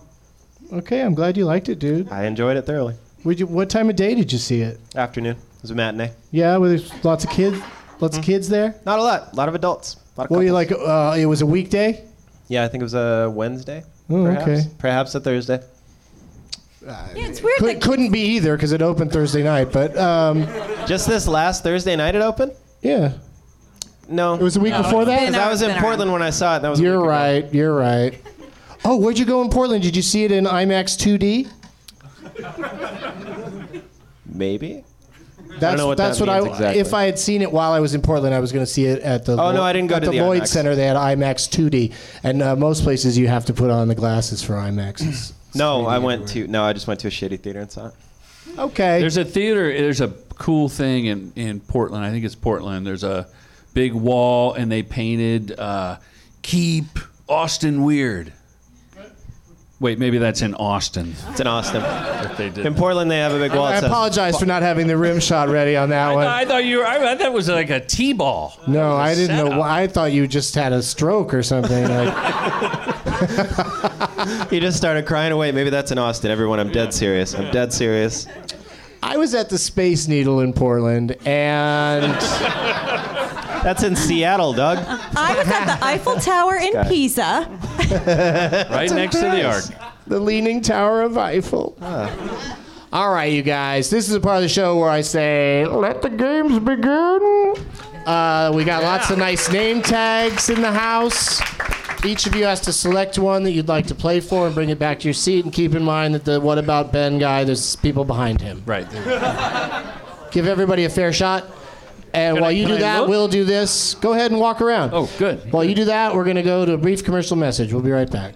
S2: Okay, I'm glad you liked it, dude.
S4: I enjoyed it thoroughly.
S2: Would you, what time of day did you see it?
S4: Afternoon. It was a matinee.
S2: Yeah, well, there's lots of kids, lots
S4: Hmm.
S2: of kids there.
S4: Not a lot. A lot of adults. A lot of
S2: What were you
S4: couples.
S2: like? Uh, it was a weekday.
S4: Yeah, I think it was a Wednesday.
S2: Oh,
S4: perhaps.
S2: okay.
S4: Perhaps a Thursday.
S5: Yeah, it's weird.
S2: Could,
S5: That,
S2: couldn't be either because it opened Thursday night. But um,
S4: Just this last Thursday night it opened?
S2: yeah,
S4: No.
S2: it was a week before that.
S5: been
S4: I was
S5: It's
S4: in
S5: around.
S4: Portland when I saw it. That was a
S2: You're
S4: week ago.
S2: right. You're right. Oh, where'd you go in Portland? Did you see it in IMAX 2D?
S4: Maybe.
S2: That's,
S4: know what
S2: that's
S4: that
S2: what
S4: means
S2: I.
S4: exactly.
S2: If I had seen it while I was in Portland, I was going to see it at the.
S4: Oh, no, I didn't go
S2: at
S4: to
S2: the,
S4: the
S2: Lloyd
S4: IMAX.
S2: Center. They had IMAX 2D, and uh, most places you have to put on the glasses for IMAXs.
S4: No, I went to no, I just went to a shitty theater and saw it.
S2: okay.
S6: There's a theater. There's a cool thing in in Portland. I think it's Portland. There's a big wall, and they painted uh, "Keep Austin Weird." Wait, maybe that's in Austin.
S4: It's in Austin.
S6: If they did.
S4: In Portland they have a big wall.
S2: I
S4: that says-
S2: apologize for not having the rim shot ready on that one.
S6: I thought you were. I, I thought it was like a t-ball.
S2: No, I didn't know.
S6: setup.
S2: Why. I thought you just had a stroke or something. Like,
S4: He just started crying away. Maybe that's in Austin. Everyone, I'm dead serious. I'm dead serious.
S2: I was at the Space Needle in Portland, and
S4: That's in Seattle, Doug.
S7: I was at the Eiffel Tower in Pisa.
S6: Right next to the arc.
S2: the Leaning Tower of Eiffel. All right, you guys. This is a part of the show where I say, "Let the games begin." Uh, we got lots of nice name tags in the house. Each of you has to select one that you'd like to play for and bring it back to your seat. And keep in mind that the "What About Ben" guy, there's people behind him.
S6: Right.
S2: Give everybody a fair shot. And
S6: Can
S2: while
S6: I-
S2: you
S6: can
S2: do
S6: I
S2: that,
S6: look?
S2: we'll do this. Go ahead and walk around.
S6: Oh, good.
S2: While you do that, we're going to go to a brief commercial message. We'll be right back.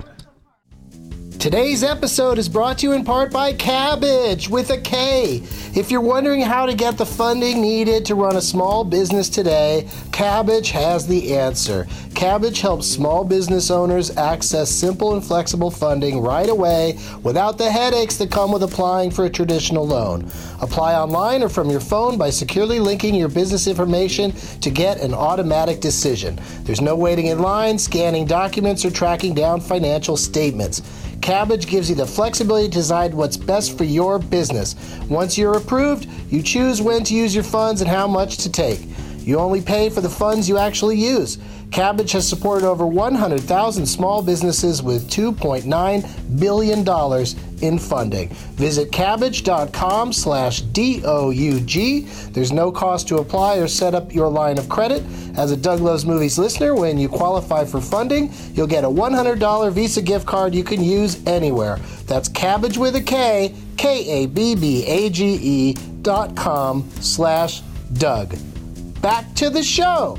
S8: Today's episode is brought to you in part by Cabbage with a K. If you're wondering how to get the funding needed to run a small business today, Cabbage has the answer. Cabbage helps small business owners access simple and flexible funding right away without the headaches that come with applying for a traditional loan. Apply online or from your phone by securely linking your business information to get an automatic decision. There's no waiting in line, scanning documents, or tracking down financial statements. Cabbage gives you the flexibility to decide what's best for your business. Once you're approved, you choose when to use your funds and how much to take. You only pay for the funds you actually use. Cabbage has supported over 100,000 small businesses with $2.9 billion in funding. Visit cabbage.com slash D-O-U-G. There's no cost to apply or set up your line of credit. As a Doug Loves Movies listener, when you qualify for funding, you'll get a $100 Visa gift card you can use anywhere. That's cabbage with a K, K-A-B-B-A-G-E E dot com slash Doug. Back to the show.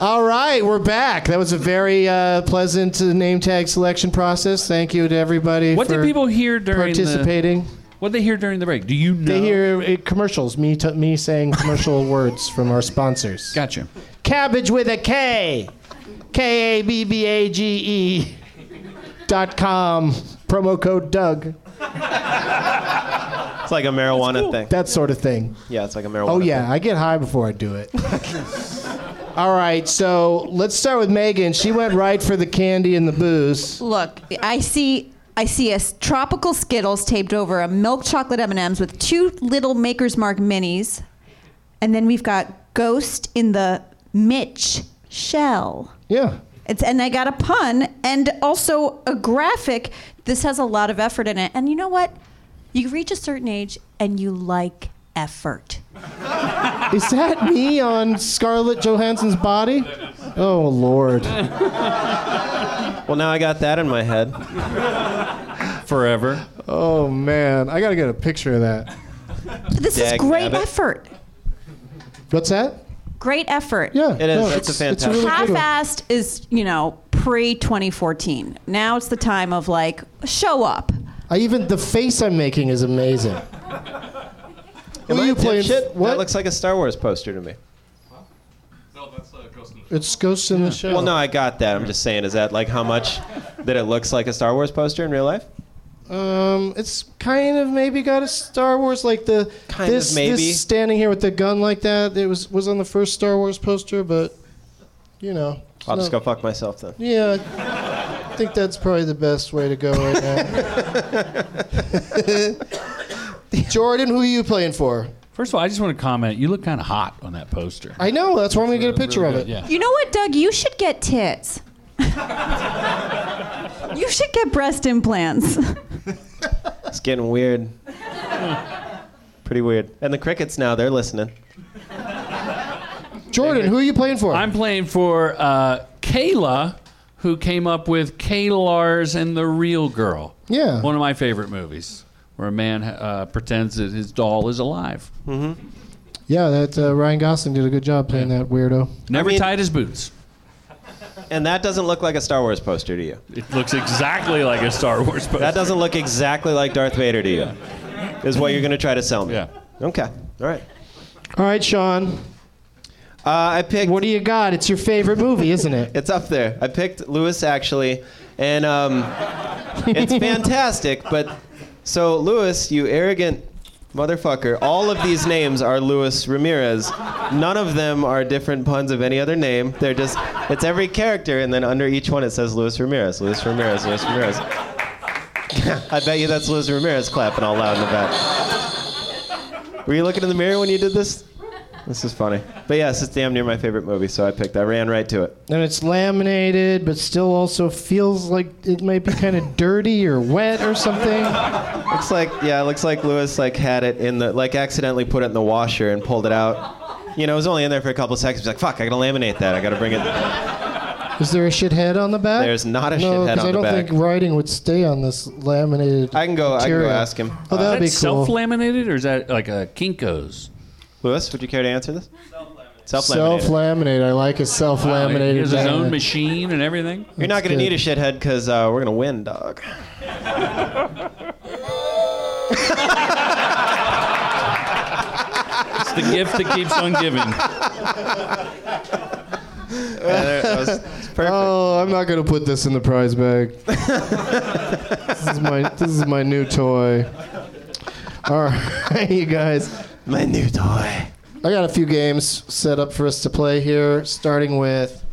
S2: All right, we're back. That was a very uh, pleasant uh, name tag selection process. Thank you to everybody.
S6: What
S2: for
S6: did people hear during the-
S2: participating?
S6: What did they hear during the break? Do you know?
S2: They hear uh, commercials. Me, t- me saying commercial [laughs] words from our sponsors.
S6: Gotcha.
S2: Cabbage with a K, K A B B A G E dot com. Promo code Doug.
S4: It's like a marijuana thing.
S2: That sort of thing.
S4: Yeah, it's like a marijuana.
S2: Oh yeah, I get high before I do it. [laughs] All right, so let's start with Megan. She went right for the candy and the booze.
S5: Look, I see. I see a s- tropical Skittles taped over a milk chocolate M&Ms with two little Maker's Mark minis, and then we've got Ghost in the Mitch shell.
S2: Yeah.
S5: It's and I got a pun and also a graphic. This has a lot of effort in it, and you know what? You reach a certain age and you like effort.
S2: Is that me on Scarlett Johansson's body? Oh Lord.
S4: Well, now I got that in my head.
S6: Forever.
S2: Oh man, I gotta get a picture of that.
S5: This is
S2: Dag
S5: great
S2: nabbit.
S5: effort.
S2: What's that?
S5: Great effort.
S2: Yeah, It is. no, It's a it's- it's a fantastic- really good one.
S5: Half-assed is, you know, pre 2014. Now it's the time of like show up.
S2: I even the face I'm making is amazing.
S4: Am I
S2: you
S4: a
S2: playing-
S4: dipshit?
S2: what?
S4: That looks like a Star Wars poster to me.
S2: It's Ghost in the Shell.
S4: Well, no, I got that. I'm just saying, is that like how much that it looks like a Star Wars poster in real life?
S2: Um, it's kind of maybe got a Star Wars like the
S4: Kind of
S2: this
S4: maybe.
S2: this standing here with the gun like that. It was was on the first Star Wars poster, but you know. it's
S4: I'll just go
S2: not-
S4: fuck myself then.
S2: Yeah, I think that's probably the best way to go right
S4: [laughs]
S2: now. Jordan, who are you playing for?
S6: First of all, I just want to comment. You look kind of hot on that poster.
S2: I know that's why I'm gonna get a picture
S6: really
S2: of it.
S6: good, yeah.
S5: You know what, Doug? You should get tits. you should get breast implants.
S4: It's getting weird. Pretty weird. And the crickets now, they're listening.
S2: Jordan, who are you playing for?
S6: I'm playing for uh, Kayla, who came up with Kaylars and the Real Girl.
S2: Yeah.
S6: One of my favorite movies, where a man uh, pretends that his doll is alive.
S2: Hmm.
S6: Mm-hmm.
S2: Yeah, that uh, Ryan Gosling did a good job playing that weirdo.
S6: Never tied his boots.
S4: And that doesn't look like a Star Wars poster to you.
S6: It looks exactly like a Star Wars poster.
S4: That doesn't look exactly like Darth Vader to you. is what you're going to try to sell me. Yeah. Okay. All right.
S2: All right, Sean.
S4: Uh, I picked.
S2: What do you got? It's your favorite movie, isn't it?
S4: [laughs] It's up there. I picked Lewis actually, and um, it's fantastic. But so Lewis, you arrogant motherfucker. All of these names are Lewis Ramirez. None of them are different puns of any other name. They're just it's every character, and then under each one it says Lewis Ramirez, Lewis Ramirez, Lewis Ramirez. [laughs] I bet you that's Lewis Ramirez clapping all loud in the back. Were you looking in the mirror when you did this? This is funny. But yes, it's damn near my favorite movie, so I picked. I ran right to it.
S2: [laughs] And it's laminated, but still also feels like it might be kind of dirty or wet or something.
S4: Looks like yeah, it looks like Lewis like had it in the like accidentally put it in the washer and pulled it out. You know, it was only in there for a couple seconds. He's like, fuck, I gotta laminate that. I gotta bring it.
S2: Is there a shithead on the back?
S4: There's not a
S2: no,
S4: shithead
S2: 'cause I
S4: on the
S2: don't
S4: back.
S2: think writing would stay on this laminated.
S4: I can go. I
S2: material.
S4: can go ask him.
S2: Oh, that'd be
S6: Is that
S2: cool.
S6: self-laminated or is that like a Kinko's?
S4: Lewis, would you care to answer this?
S2: Self laminated. I like a self
S6: He
S2: laminated.
S6: has his own machine and everything.
S4: You're not gonna need a shithead because uh, we're gonna win, dog.
S6: It's the gift that keeps on [laughs] giving.
S2: Oh, I'm not gonna put this in the prize bag. this is my this is my new toy. All right, [laughs] you guys.
S4: My new toy. I
S2: got a few games set up for us to play here, starting with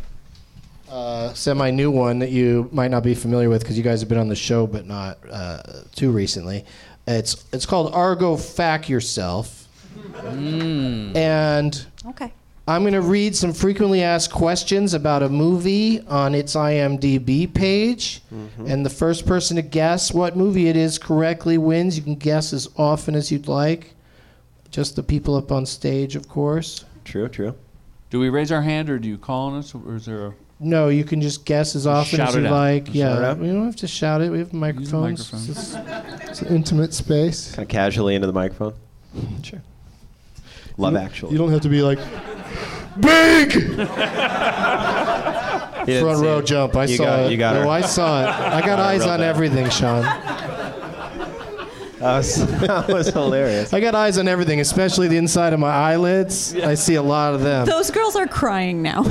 S2: a semi new one that you might not be familiar with because you guys have been on the show but not uh, too recently. It's it's called Argo Fac Yourself, and
S9: Okay.
S2: I'm going to read some frequently asked questions about a movie on its IMDb page.
S4: Mm-hmm.
S2: And the first person to guess what movie it is correctly wins. You can guess as often as you'd like. Just the people up on stage, of course.
S4: True, true.
S6: Do we raise our hand or do you call on us or is there a
S2: No, you can just guess as often
S6: Shout
S2: as
S6: it
S2: you
S6: out.
S2: like.
S6: Shout it
S2: yeah,
S6: out.
S2: we don't have to shout it. We have microphones.
S6: microphone.
S2: It's, [laughs] it's an intimate space.
S4: Kind of casually into the microphone. Sure. Love Actually.
S2: You don't have to be like big.
S4: You didn't
S2: Front
S4: see
S2: row
S4: it.
S2: jump. I
S4: You
S2: saw
S4: got-
S2: it.
S4: you got
S2: no,
S4: her.
S2: Oh, I saw it. I got
S4: I
S2: eyes
S4: wrote
S2: on
S4: that.
S2: everything, Sean.
S4: [laughs] That was, that was hilarious.
S2: I got eyes on everything, especially the inside of my eyelids. I see a lot of
S5: [laughs]
S2: them.
S7: Those girls are crying now.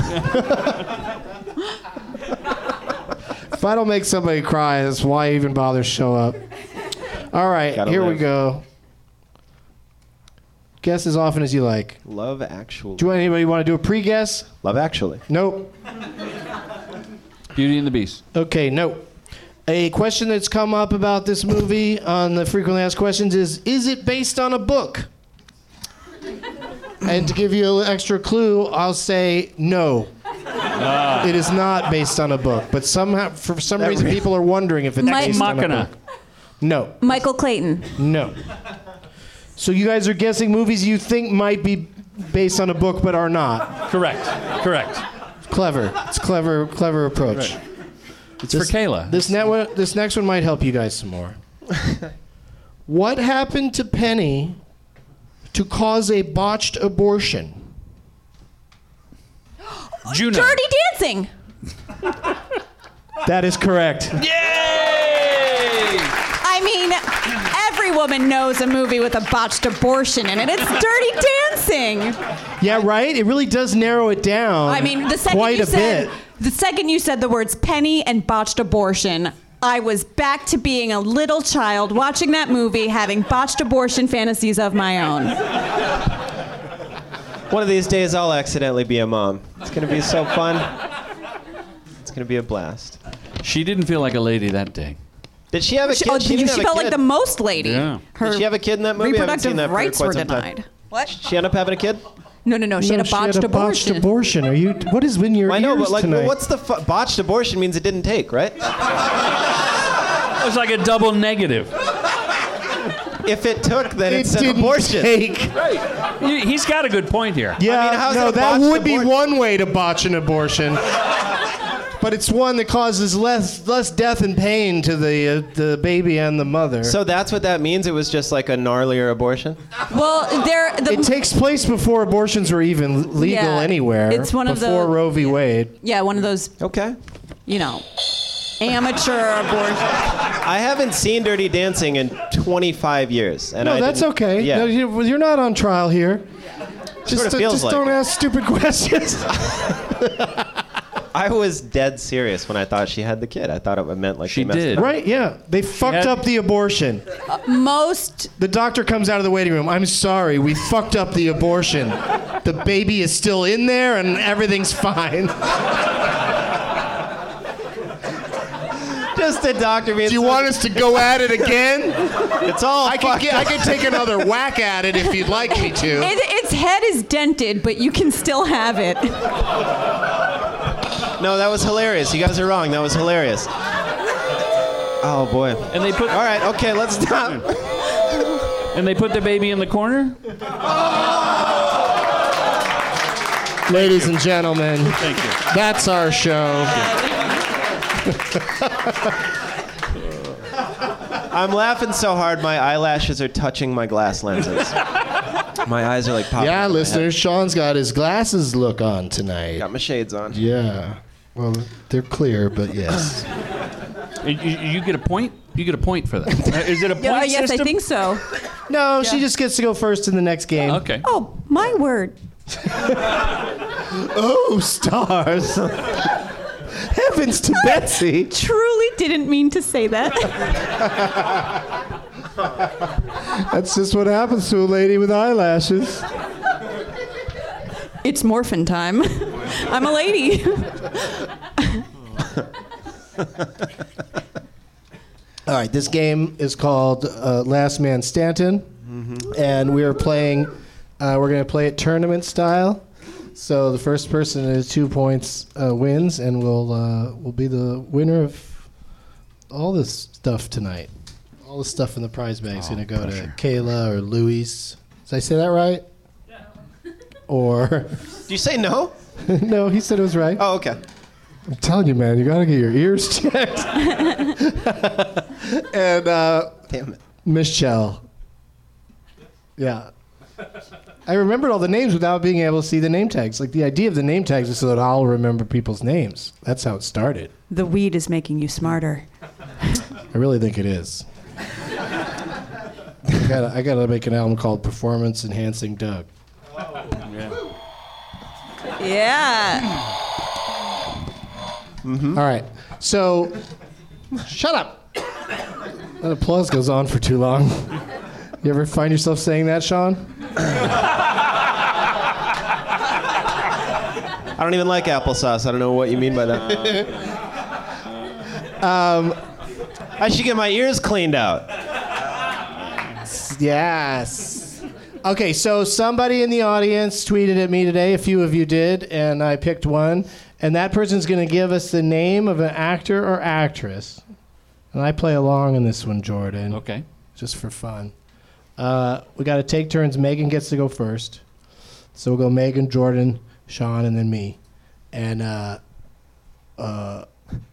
S2: If I don't make somebody cry, that's why I even bother to show up. All right,
S4: Gotta
S2: here we
S4: live.
S2: go. Guess as often as you like.
S4: Love Actually.
S2: Do anybody want to do a pre-guess?
S4: Love Actually.
S2: Nope.
S6: Beauty and the Beast?
S2: Okay, no. A question that's come up about this movie on the frequently asked questions is Is it based on a book? and to give you an extra clue, I'll say no. It is not based on a book, but somehow, for some
S7: Ah. That
S2: reason,
S7: re-
S2: people are wondering if it's
S7: Ex
S2: based on a
S7: machina.
S2: book. No,
S7: Michael Clayton.
S2: no. So you guys are guessing movies you think might be based on a book, but are not.
S6: Correct. Correct.
S2: Clever. It's clever, clever approach.
S6: Right. It's for Kayla.
S2: This, net one, this next one might help you guys some [laughs] more. what happened to Penny to cause a botched abortion?
S6: Juno.
S7: Dirty Dancing.
S2: That is correct.
S7: I mean, every woman knows a movie with a botched abortion in it. It's Dirty Dancing.
S2: Yeah, right? It really does narrow it down.
S7: I mean, the second
S2: quite
S7: you
S2: a
S7: said
S2: bit.
S7: the second you said the words penny and botched abortion, I was back to being a little child watching that movie, having botched abortion fantasies of my own.
S4: oh, One of these days, I'll accidentally be a mom. It's gonna be so fun. It's gonna be a blast.
S6: She didn't feel like a lady that day.
S4: Did she have a
S7: She-
S4: kid?
S7: oh,
S4: she, didn't
S7: she
S4: have a
S7: felt like
S4: kid.
S7: the most lady.
S6: Yeah.
S7: Her
S4: Did she have a kid in that movie? I haven't
S7: Reproductive
S4: seen that for
S7: rights
S4: quite
S7: were
S4: some time.
S7: denied. What?
S4: She end up having a kid?
S7: No, no, no. She
S2: No,
S7: had a botched abortion.
S2: botched abortion. Are you? What is in your
S4: I know,
S2: ears
S4: but like,
S2: tonight?
S4: well, what's the fu- botched abortion means it didn't take, right?
S6: It was like a double negative.
S4: If it took, then
S6: It
S4: it's an
S6: didn't
S4: abortion.
S2: take.
S6: Right. He- He's got a good point here.
S2: Yeah,
S4: how's it
S2: no,
S4: a
S2: that
S4: botched
S2: would be one way to botch an abortion. but it's one that causes less less death and pain to the uh, the baby and the mother.
S4: So that's what that means. It was just like a gnarlier abortion.
S7: Well, there. The,
S2: it takes place before abortions were even legal
S7: Yeah,
S2: anywhere.
S7: it's one of
S2: before
S7: the-
S2: Roe v. Wade.
S7: yeah, one of those.
S4: Okay.
S7: You know.
S5: Amateur abortion.
S4: I haven't seen Dirty Dancing in 25 years. And
S2: no,
S4: I
S2: that's
S4: didn't-
S2: okay.
S4: Yeah.
S2: No, you- you're not on trial here. Just,
S4: Sorta feels
S2: just
S4: like
S2: don't
S4: it.
S2: ask stupid [laughs] questions.
S4: [laughs] I was dead serious when I thought she had the kid. I thought it meant like she
S2: did. Right, yeah. They fucked
S4: had-
S2: up the abortion.
S5: Most.
S2: The doctor comes out of the waiting room. I'm sorry, we fucked up the abortion. The baby is still in there and everything's [laughs] fine.
S4: Just the doctor being
S2: Do you want us to go at it again?
S4: It's all
S2: I can,
S4: fucked
S2: get, I
S4: up.
S2: can take another whack at it if you'd like me to.
S7: It, its head is dented, but you can still have it.
S4: No, that was hilarious. You guys are wrong. That was hilarious. Oh boy. And
S6: they put.
S4: All right. Okay. Let's stop.
S6: And they put the baby in the corner.
S2: Ladies and gentlemen, Thank
S6: you.
S2: that's our show.
S4: I'm laughing so hard my eyelashes are touching my glass lenses. My eyes are like popping.
S2: yeah,
S4: out of my head.
S2: listeners, Sean's got his glasses look on tonight.
S4: Got my shades on.
S2: Yeah. Well, they're clear, but yes.
S6: You, you- you get a point. You get a point for [laughs] that. Is it a point
S7: Yeah, yes, I
S6: system?
S7: think so.
S2: No, she just gets to go first in the next game.
S6: Okay.
S7: Oh, my word.
S2: oh, stars. [laughs] Heavens to Betsy.
S7: Truly didn't mean to say that.
S2: That's just what happens to a lady with eyelashes.
S7: [laughs] It's morphin time. I'm a lady.
S2: All right, this game is called uh, Last Man Stanton, and we are playing. Uh, we're going to play it tournament style. So the first person to two points uh, wins, and will uh, will be the winner of all this stuff tonight. All the stuff in the prize bag is going to go to Kayla or Luis. Did I say that right? Or [laughs]
S4: Do you say no?
S2: no, he said it was right.
S4: Oh, okay.
S2: I'm telling you, man, you got to get your ears [laughs]
S4: [laughs]
S2: checked. and uh,
S4: Damn it.
S2: Michelle. Yeah. I remembered all the names without being able to see the name tags. Like the idea of the name tags is so that I'll remember people's names. That's how it started.
S7: the weed is making you smarter.
S2: I really think it
S4: [laughs]
S2: is. I gotta, I gotta make an album called Performance Enhancing Doug.
S7: Yeah.
S2: All right. So, shut up. That applause goes on for too long. You ever find yourself saying that, Sean?
S4: I don't even like applesauce. I don't know what you mean
S2: [laughs]
S4: by that.
S2: Um,
S4: I should get my ears cleaned out.
S2: Yes. Okay, so somebody in the audience tweeted at me today. A few of you did, and I picked one. And that person's going to give us the name of an actor or actress. And I play along in this one, Jordan.
S6: Okay.
S2: Just for fun. Uh, we got to take turns. Megan gets to go first. So we'll go Megan, Jordan, Sean, and then me. And uh, uh,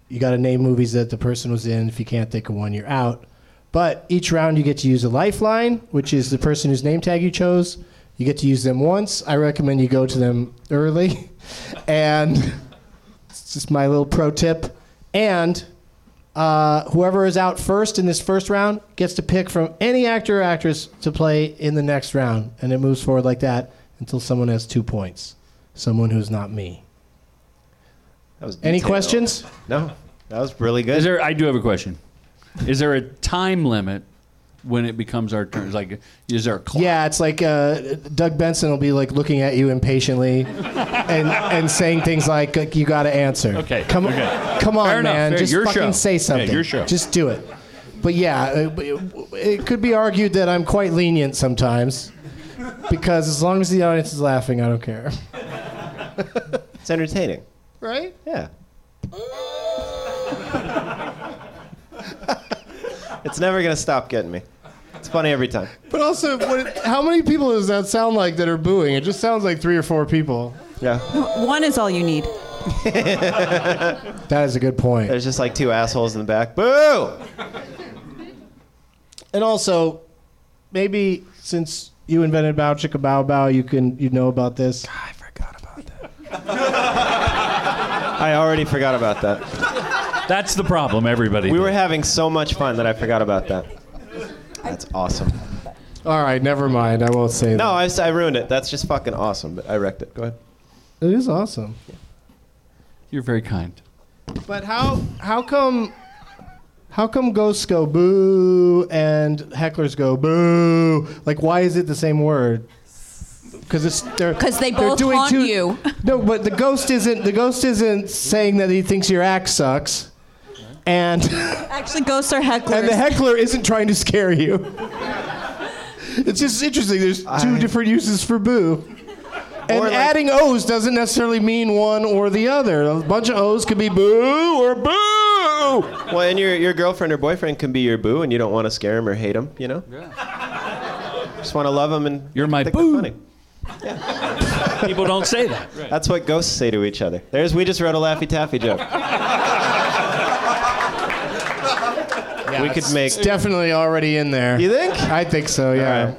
S2: you got to name movies that the person was in. If you can't think of one, you're out. But each round, you get to use a lifeline, which is the person whose name tag you chose. You get to use them once. I recommend you go to them early. [laughs] and it's just my little pro tip. And uh, whoever is out first in this first round gets to pick from any actor or actress to play in the next round. And it moves forward like that until someone has two points. Someone who's not me.
S4: That was
S2: Any
S4: detailed.
S2: questions?
S4: No. That was really good.
S6: Is there? I do have a question. Is there a time limit when it becomes our turn? Like, is there a clock?
S2: Yeah, it's like uh, Doug Benson will be like looking at you impatiently, and and saying things like, like, "You got to answer."
S6: Okay,
S2: Come
S6: okay.
S2: on, come on,
S6: Fair enough,
S2: man.
S6: fair-
S2: Just
S6: your
S2: fucking
S6: show.
S2: say
S6: Yeah,
S2: something.
S6: your show.
S2: Just do it. But yeah, it, it could be argued that I'm quite lenient sometimes, because as long as the audience is laughing, I don't care.
S4: It's entertaining.
S2: Right?
S4: Yeah. [laughs] it's never gonna stop getting me. It's funny every time.
S2: But also, what, how many people does that sound like that are booing? It just sounds like three or four people.
S4: Yeah.
S7: One is all you need.
S2: That is a good point.
S4: There's just like two assholes in the back. Boo!
S2: And also, maybe since you invented Bao Chicka Bao Bao, you can you know about this.
S4: I forgot about that. I already forgot about that.
S6: That's the problem, everybody.
S4: We were having so much fun that I forgot about that. That's awesome.
S2: All right, never mind. I won't say
S4: No, I, s- I ruined it. That's just fucking awesome, but I wrecked it. Go ahead.
S2: that. It is awesome.
S6: You're very kind.
S2: But how how come how come ghosts go boo and hecklers go boo? Like why is it the same word? Because it's they're
S5: 'Cause they
S2: they're
S5: both
S2: doing
S5: haunt
S2: two-
S5: you.
S2: No, but the ghost isn't the ghost isn't saying that he thinks your act sucks, and
S5: Actually, ghosts are hecklers.
S2: and the heckler isn't trying to scare you. It's just interesting. There's two different uses for boo. And adding O's doesn't necessarily mean one or the other. A bunch of O's could be boo or boo.
S4: Well, and your, your girlfriend or boyfriend can be your boo, and you don't want to scare him or hate him, you know? Yeah. Just want to love him and you're my boo. Funny. Yeah.
S6: People don't say that.
S4: That's what ghosts say to each other. There's we just wrote a laffy taffy [laughs] joke. we could
S2: it's-
S4: make
S2: It's definitely already in there. You
S4: think?
S2: I think so. Yeah.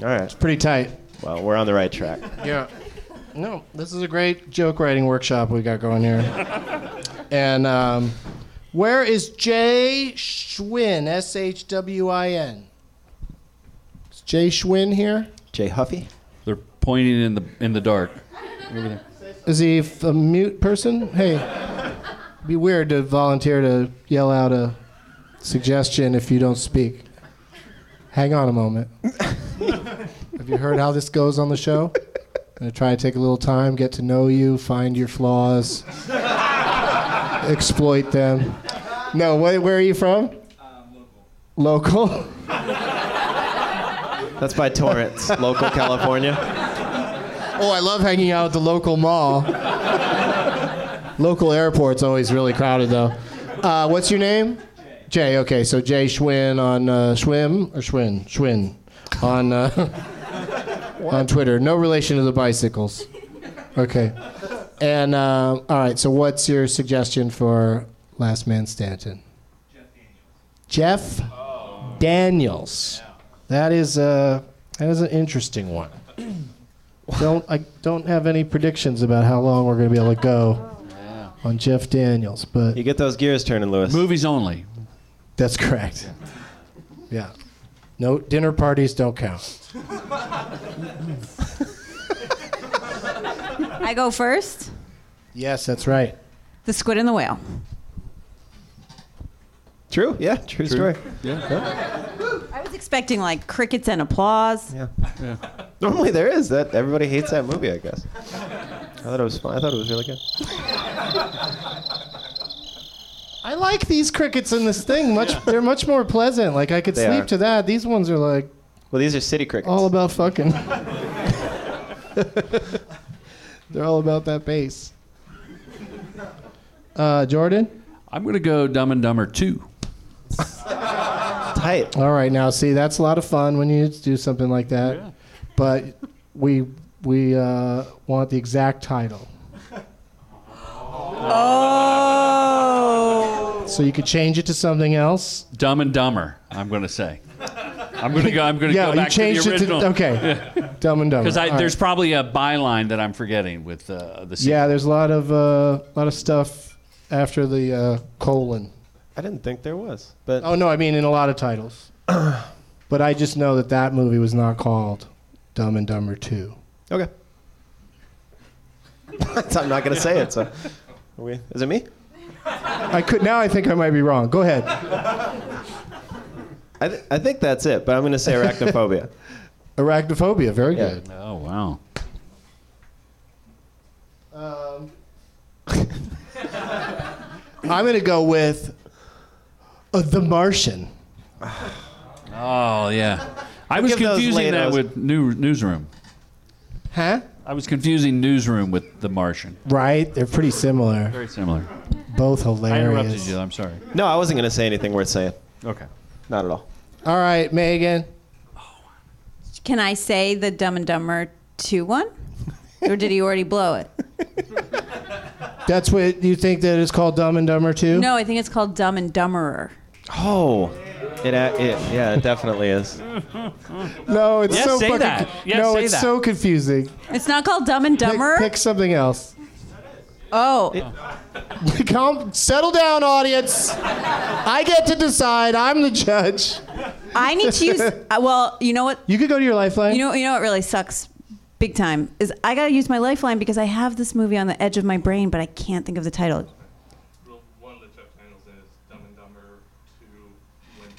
S4: All right. It's
S2: pretty tight.
S4: Well, we're on the right track.
S2: Yeah. No, this is a great joke writing workshop we got going here. and um, where is Jay Schwinn? S H W I N. Is Jay Schwinn here?
S4: Jay Huffy.
S6: They're pointing in the in the dark. Over there.
S2: Is he f- a mute person? Hey, be weird to volunteer to yell out a suggestion if you don't speak. Hang on a moment. Have you heard how this goes on the show? I'm gonna try to take a little time, get to know you, find your flaws, exploit them. No, wh- where are you from? local. Local.
S4: That's by [laughs] Torrance, local California.
S2: Oh, I love hanging out at the local mall. local airport's always really crowded, though. Uh, what's your name? Jay. Okay, so Jay Schwinn on uh, Schwim or Schwinn Schwinn on [laughs] uh, on Twitter. No relation to the bicycles. Okay. And uh, all right, so what's your suggestion for Last Man Stanton? Jeff Oh. Daniels. That is a that is an interesting [coughs] one. don't I don't have any predictions about how long we're going to be able to [laughs] go on Jeff Daniels, but
S4: You get those gears turning, Lewis.
S6: Movies only.
S2: that's [laughs] correct. Yeah. No dinner parties don't count.
S5: I go first.
S2: Yes, that's right.
S5: The squid and the whale.
S4: True. Yeah. True, story.
S5: I was expecting like crickets and applause.
S4: Yeah. Normally there is that. Everybody hates that movie, I guess. I thought it was fun. I thought it was really good.
S2: I like these crickets in this thing. Much they're much more pleasant. Like I could
S4: They
S2: sleep
S4: are.
S2: to that. These ones are like
S4: Well, these are city crickets.
S2: all about
S4: [laughs]
S2: fucking. they're all about that bass. Uh, Jordan?
S6: I'm going to go Dumb and Dumber 2.
S4: Tight.
S2: All right, now see that's a lot of fun when you do something like that. But we we uh, want the exact title,
S5: Oh.
S2: so you could change it to something else.
S6: Dumb and Dumber, I'm going to say. I'm going to go I'm going to
S2: yeah,
S6: go back
S2: you changed
S6: to the original.
S2: it to okay. [laughs] Dumb and Dumber.
S6: Because
S2: All right.
S6: there's probably a byline that I'm forgetting with uh, the scene.
S2: yeah, there's a lot of uh, lot of stuff after the uh, colon.
S4: I didn't think there was, but
S2: Oh no, I mean in a lot of
S6: [clears throat]
S2: titles. but I just know that that movie was not called Dumb and Dumber Two. [laughs]
S4: okay. I'm not gonna say it. So, are we, is it me?
S2: I could now. I think I might be wrong. Go ahead.
S4: I, th- I think that's it, but I'm gonna say arachnophobia.
S2: Arachnophobia. Very
S4: Yeah.
S2: good.
S6: Oh wow.
S2: Um, I'm gonna go with uh, The Martian.
S6: Oh yeah. I was
S2: give those
S6: confusing that
S2: lados.
S6: with new, Newsroom.
S2: Huh?
S6: I was confusing Newsroom with The Martian.
S2: Right? They're pretty similar.
S6: Very similar.
S2: Both
S6: I
S2: hilarious.
S6: interrupted you. I'm sorry.
S4: No, I wasn't gonna say anything worth saying.
S6: Okay.
S4: Not at all.
S2: All right, Megan.
S5: Can I say the Dumb and Dumber 2 one? Or did he already blow it?
S2: That's what you think that it's called Dumb and Dumber Two?
S5: No, I think it's called Dumb and Dumberer.
S4: Oh, it, a- it yeah, it definitely is.
S2: No, it's
S5: Yes,
S2: so
S5: say
S2: fucking.
S5: that. Yes,
S2: no,
S5: say
S2: it's
S5: that.
S2: so confusing.
S5: It's not called Dumb and Dumberer.
S2: Pick something else. [laughs]
S5: Oh.
S2: Come, settle down, audience. I get to decide. I'm the judge.
S5: I need to use. uh, Well, you know what?
S2: You could go to your lifeline.
S5: You know, you know what really sucks, big time, is I gotta use my lifeline because I have this movie on the edge of my brain, but I can't think of the title.
S3: One of the Chuck Daniels is Dumb and Dumber 2 When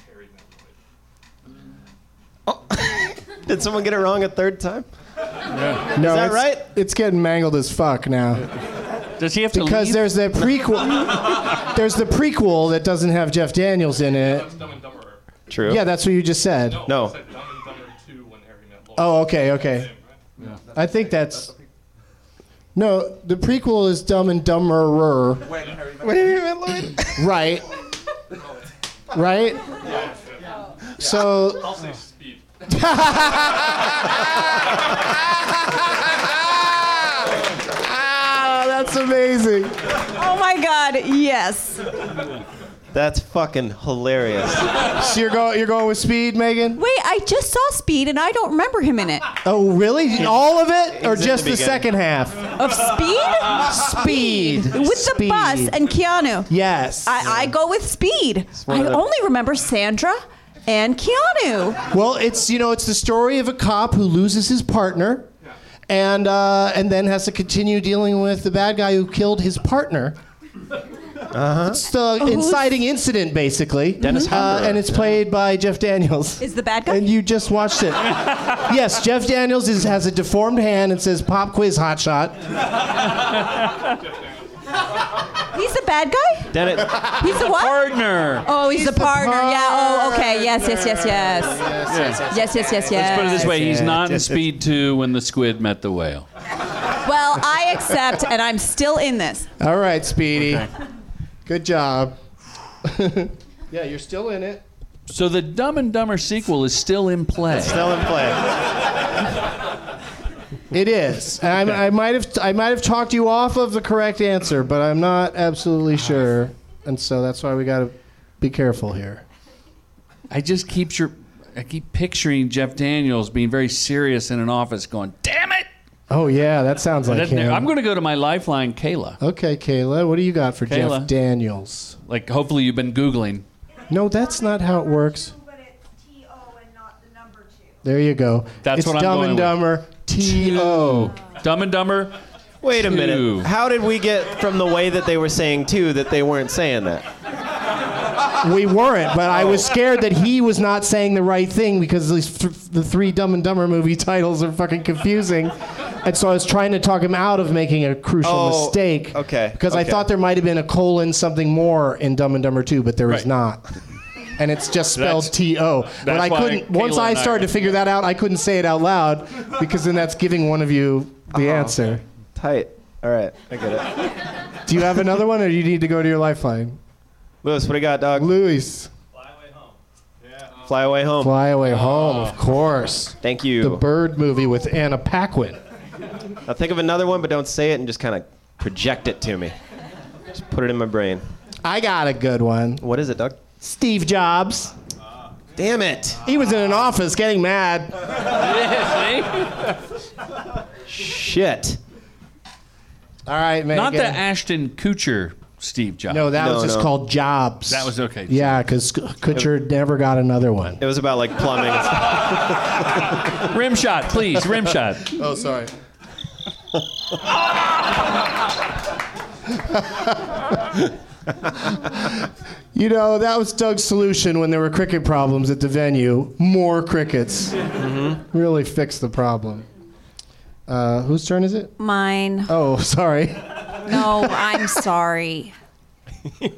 S3: Harry Met Lloyd.
S4: Did someone get it wrong a third time?
S2: No,
S4: Is that
S2: it's-
S4: right?
S2: It's getting mangled as fuck now.
S6: Does he have to
S2: Because
S6: leave?
S2: there's the
S5: [laughs]
S2: prequel. there's the prequel that doesn't have Jeff Daniels in it.
S4: True.
S2: Yeah, that's what you just said.
S4: No.
S2: Oh, okay, okay. I think that's. No, the prequel is Dumb and Dumberer.
S4: When Harry Met Lloyd?
S2: Right. Right? So. [laughs]
S3: I'll say Speed.
S2: Ah, that's amazing.
S5: Oh my God! Yes.
S4: That's fucking hilarious.
S2: So you're going, you're going with Speed, Megan?
S5: Wait, I just saw Speed and I don't remember him in it.
S2: Oh, really? All of it? Or
S4: He's in
S2: just
S4: the
S2: the,
S4: beginning.
S2: second half?
S5: Of Speed?
S2: Speed.
S5: With the
S2: Speed.
S5: bus and Keanu.
S2: Yes.
S5: I, I go with Speed.
S2: one
S5: I
S2: of the-
S5: only remember Sandra and Keanu.
S2: Well, it's you know, it's the story of a cop who loses his partner, and uh, and then has to continue dealing with the bad guy who killed his partner. Uh-huh. It's the
S5: Who's-
S2: inciting incident, basically.
S4: Dennis
S2: uh,
S4: Hopper.
S2: and it's played by Jeff Daniels.
S5: Is the bad guy?
S2: And you just watched [laughs] it. yes, Jeff Daniels is, has a deformed hand and says "Pop Quiz Hot Shot."
S5: He's the bad guy?
S2: [laughs]
S4: Dennis,
S5: He's the what?
S6: Partner.
S5: Oh, he's, the, partner. Yeah. Oh, okay. Yes, yes, yes, yes. Yes, yes, yes, yes.
S6: Let's put it this way: he's
S4: Yeah,
S6: not in
S4: just-
S6: Speed Two when the squid met the whale.
S5: Well, I accept, and I'm still in this.
S2: All right, Speedy. Good job. [laughs] yeah, you're still in it.
S6: So the Dumb and Dumber sequel is still in play.
S4: still in play.
S2: It is.
S6: [laughs]
S2: And I, I might have I might have talked you off of the correct answer, but I'm not absolutely sure, and so that's why we got to be careful here.
S6: I just keep your, I keep picturing Jeff Daniels being very serious in an office, going, "Damn it!"
S2: Oh yeah, that sounds like
S6: That-
S2: him.
S6: I'm going to go to my lifeline, Kayla.
S2: okay, Kayla, what do you got for
S6: Kayla.
S2: Jeff Daniels?
S6: Like, hopefully you've been googling.
S2: No, that's not how it works. There you go.
S6: That's
S2: it's
S6: what I'm
S2: Dumb and
S6: going
S2: Dumber. T O.
S6: Dumb and Dumber.
S4: Wait a
S6: Two.
S4: minute. How did we get from the way that they were saying two that they weren't saying that?
S2: We weren't, but I was scared that he was not saying the right thing because these th- the three Dumb and Dumber movie [laughs] titles are fucking confusing. And so I was trying to talk him out of making a crucial
S4: Oh,
S2: mistake.
S4: okay,
S2: Because I
S4: okay.
S2: thought there might have been a colon something more in Dumb and Dumber 2, but there was
S6: Right.
S2: not. And it's just spelled
S6: That's-
S2: T O. But
S6: that's
S2: I
S6: why
S2: couldn't, once
S6: Kayla
S2: I
S6: and I-
S2: started to figure that out, I couldn't say it out loud because then that's giving one of you the
S4: Uh-huh.
S2: answer.
S4: Tight. All right, I get it.
S2: Do you have another one or do you need to go to your lifeline?
S4: Lewis, what do you got, dog?
S2: Luis,
S4: Fly away home.
S2: Fly Away Home, of course.
S4: Thank
S2: The
S4: you.
S2: Bird movie with Anna Paquin.
S4: now think of another one, but don't say it and just kind of project it to me. Just put it in my brain.
S2: I got a good one.
S4: What is it, Doug?
S2: Steve Jobs.
S4: Damn it.
S2: He was in an office getting mad.
S4: Shit.
S2: All right, man.
S6: Not the Ashton Kutcher Steve Jobs.
S2: No, that was
S4: No,
S2: just
S4: no.
S2: called Jobs.
S6: That was okay.
S2: Yeah, because Kutcher never got another one.
S4: It was about like plumbing.
S2: [laughs]
S6: rim shot, please, rim shot.
S2: Oh, sorry. you know, that was Doug's solution when there were cricket problems at the venue. More crickets. Really fixed the problem. Uh, whose turn is it?
S5: Mine.
S2: Oh, [laughs] sorry.
S5: No, I'm sorry.
S2: You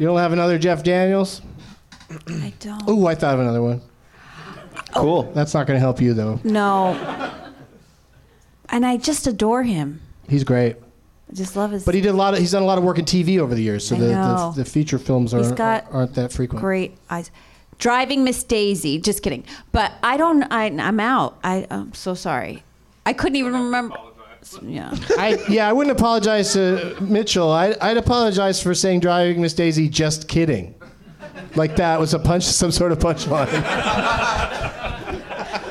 S2: don't have another Jeff Daniels?
S5: I don't.
S2: Ooh, I thought of another one.
S4: cool.
S2: That's not going to help you, though.
S5: No. And I just adore him.
S2: He's great.
S5: I just love his
S2: But he did a lot of, he's done a lot of work in TV over the years, so
S5: I
S2: the, the,
S5: know.
S2: the feature films
S5: He's
S2: aren't,
S5: got
S2: aren't that frequent.
S5: great eyes. Driving Miss Daisy. Just kidding. But I don't. I, I'm out. I, I'm so sorry. I couldn't even remember. Yeah.
S2: I, yeah, I wouldn't apologize to Mitchell. I, I'd apologize for saying driving Miss Daisy. Just kidding. Like that was a punch, [laughs] some sort of punchline.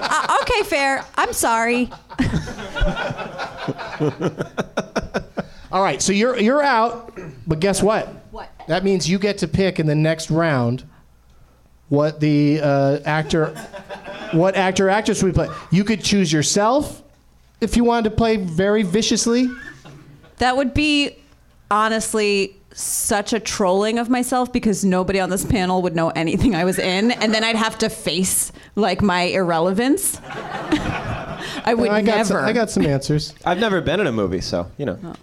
S5: Uh, okay, fair. I'm sorry.
S2: All right, so you're you're out, but guess what? What? That means you get to pick in the next round what the uh, actor, what actor actress we play. You could choose yourself if you wanted to play very viciously.
S5: That would be honestly such a trolling of myself because nobody on this panel would know anything I was in, and then I'd have to face like my irrelevance. [laughs] I would
S2: I got
S5: never.
S2: some- I got some answers.
S4: I've never been in a movie, so you
S2: Oh.
S4: know.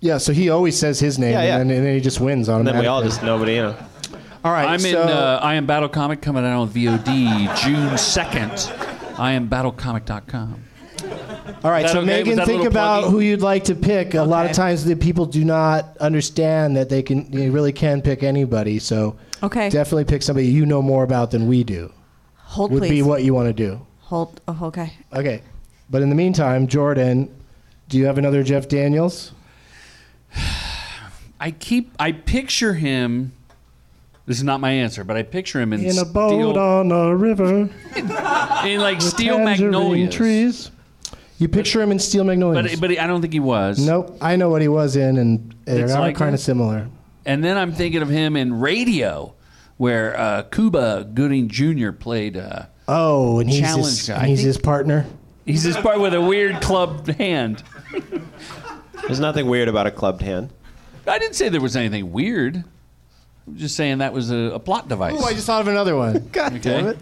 S2: Yeah, so he always says his name,
S4: Yeah, yeah.
S2: And, then, and then he just wins
S4: And
S2: automatically.
S4: then we all just nobody, you know.
S2: [laughs] All right,
S6: I'm in
S2: so-
S6: uh, I Am Battle Comic coming out on VOD June 2nd. I am battlecomic.com.
S2: All right,
S6: Is that okay?
S2: so
S6: Was
S2: Megan,
S6: that a
S2: think
S6: little
S2: about
S6: pluggy?
S2: who you'd like to pick. A lot of times, the people do not understand that they can, they really can pick anybody. So,
S5: Okay.
S2: definitely pick somebody you know more about than we do.
S5: Hold,
S2: would be
S5: please.
S2: what you want to do.
S5: Hold. Oh, okay.
S2: Okay, but in the meantime, Jordan, do you have another Jeff Daniels?
S6: I keep I picture him this is not my answer, but I picture him in,
S2: In a boat
S6: steel,
S2: on a river.
S6: in like
S2: with
S6: steel
S2: tangerine
S6: magnolias.
S2: trees. You picture him in Steel Magnolias.
S6: But but I don't think he was.
S2: nope, I know what he was in, and they're
S6: It's like
S2: kind
S6: him?
S2: of similar.
S6: And then I'm thinking of him in Radio, where uh, Cuba Gooding Jr. played. Uh,
S2: Oh, and he's
S6: Challenge
S2: his,
S6: guy.
S2: and he's his partner.
S6: he's this part with a weird clubbed hand.
S4: There's nothing weird about a clubbed hand.
S6: I didn't say there was anything weird. I'm just saying that was a, a plot device.
S2: Oh, I just thought of another one. [laughs] God
S6: damn it.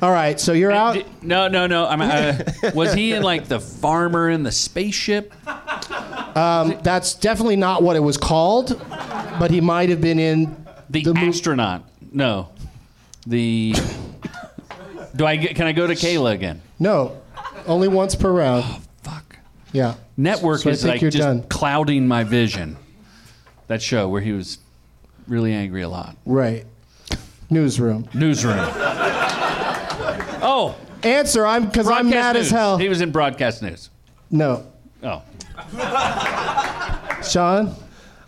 S2: All right, so you're out.
S6: No, no, no. I'm, uh, was he in like the farmer in the spaceship?
S2: Um, that's definitely not what it was called, but he might have been in
S6: the, astronaut. No, the. Do I get? Can I go to Kayla again?
S2: No, only once per round. Oh, fuck. Yeah.
S6: Network
S2: So I
S6: is
S2: think
S6: like
S2: you're
S6: just
S2: done.
S6: clouding my vision. That show where he was really angry a lot.
S2: Right. Newsroom.
S6: Newsroom. Oh,
S2: Answer. I'm because I'm
S6: Broadcast
S2: mad as
S6: news.
S2: hell.
S6: He was in broadcast news.
S2: No.
S6: Oh,
S2: Sean?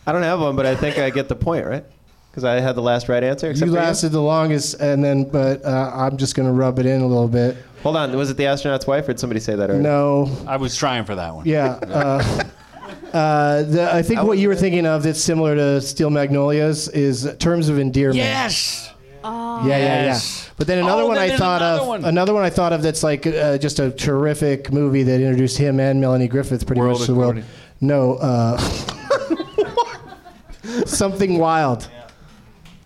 S4: I don't have one, but I think I get the point, right? Because I had the last right answer. Except
S2: You
S4: for
S2: lasted the longest, and then but uh, I'm just gonna rub it in a little bit.
S4: Hold on. Was it the astronaut's wife, or did somebody say that already?
S2: No.
S6: I was trying for that one.
S2: Yeah. Uh, uh, the, I think what you were thinking of that's similar to Steel Magnolias is Terms of Endearment.
S6: Yes.
S2: Yeah, yeah, yeah.
S6: Yes.
S2: But then another
S6: Oh,
S2: one
S6: then
S2: I
S6: there's
S2: thought
S6: another
S2: of,
S6: one.
S2: another one I thought of that's like uh, just a terrific movie that introduced him and Melanie Griffith pretty
S6: World
S2: much to the world.
S6: According.
S2: No, uh, [laughs] something wild.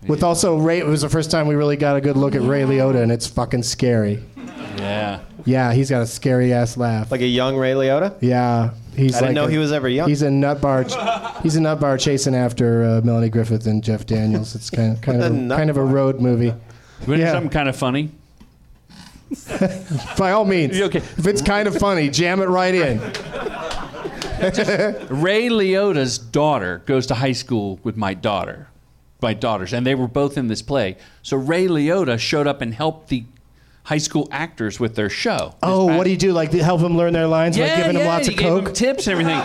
S2: With also Ray, it was the first time we really got a good look at Ray Liotta, and it's fucking scary.
S6: Yeah.
S2: Yeah, he's got a scary ass laugh.
S4: Like a young Ray Liotta.
S2: Yeah, he's
S4: I didn't
S2: like
S4: know
S2: a-
S4: he was ever young.
S2: He's a nut bar. he's a nut bar chasing after uh, Melanie Griffith and Jeff Daniels. It's kind of kind
S6: What
S2: of
S6: a
S2: a,
S6: nut
S2: kind of a road movie.
S6: You wanna do something kind of funny.
S2: By all means,
S6: You okay?
S2: if it's kind of funny, jam it right in.
S6: Ray Liotta's daughter goes to high school with my daughter, my daughters, and they were both in this play. So Ray Liotta showed up and helped the high school actors with their show.
S2: Oh, what do you do? Like help him learn their lines by giving him lots
S6: he
S2: of
S6: gave
S2: coke.
S6: him tips and everything.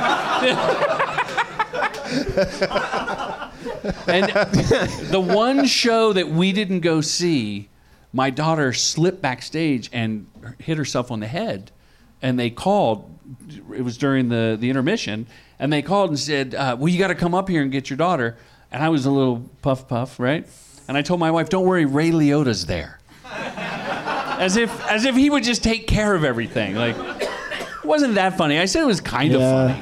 S6: and
S2: [laughs]
S6: the one show that we didn't go see, my daughter slipped backstage and hit herself on the head. And they called. It was during the the intermission, and they called and said, uh, "Well, you got to come up here and get your daughter." And I was a little puff puff, right? And I told my wife, "Don't worry, Ray Liotta's there." as if as if he would just take care of everything. Like, [coughs] it wasn't that funny? I said it was kind of funny.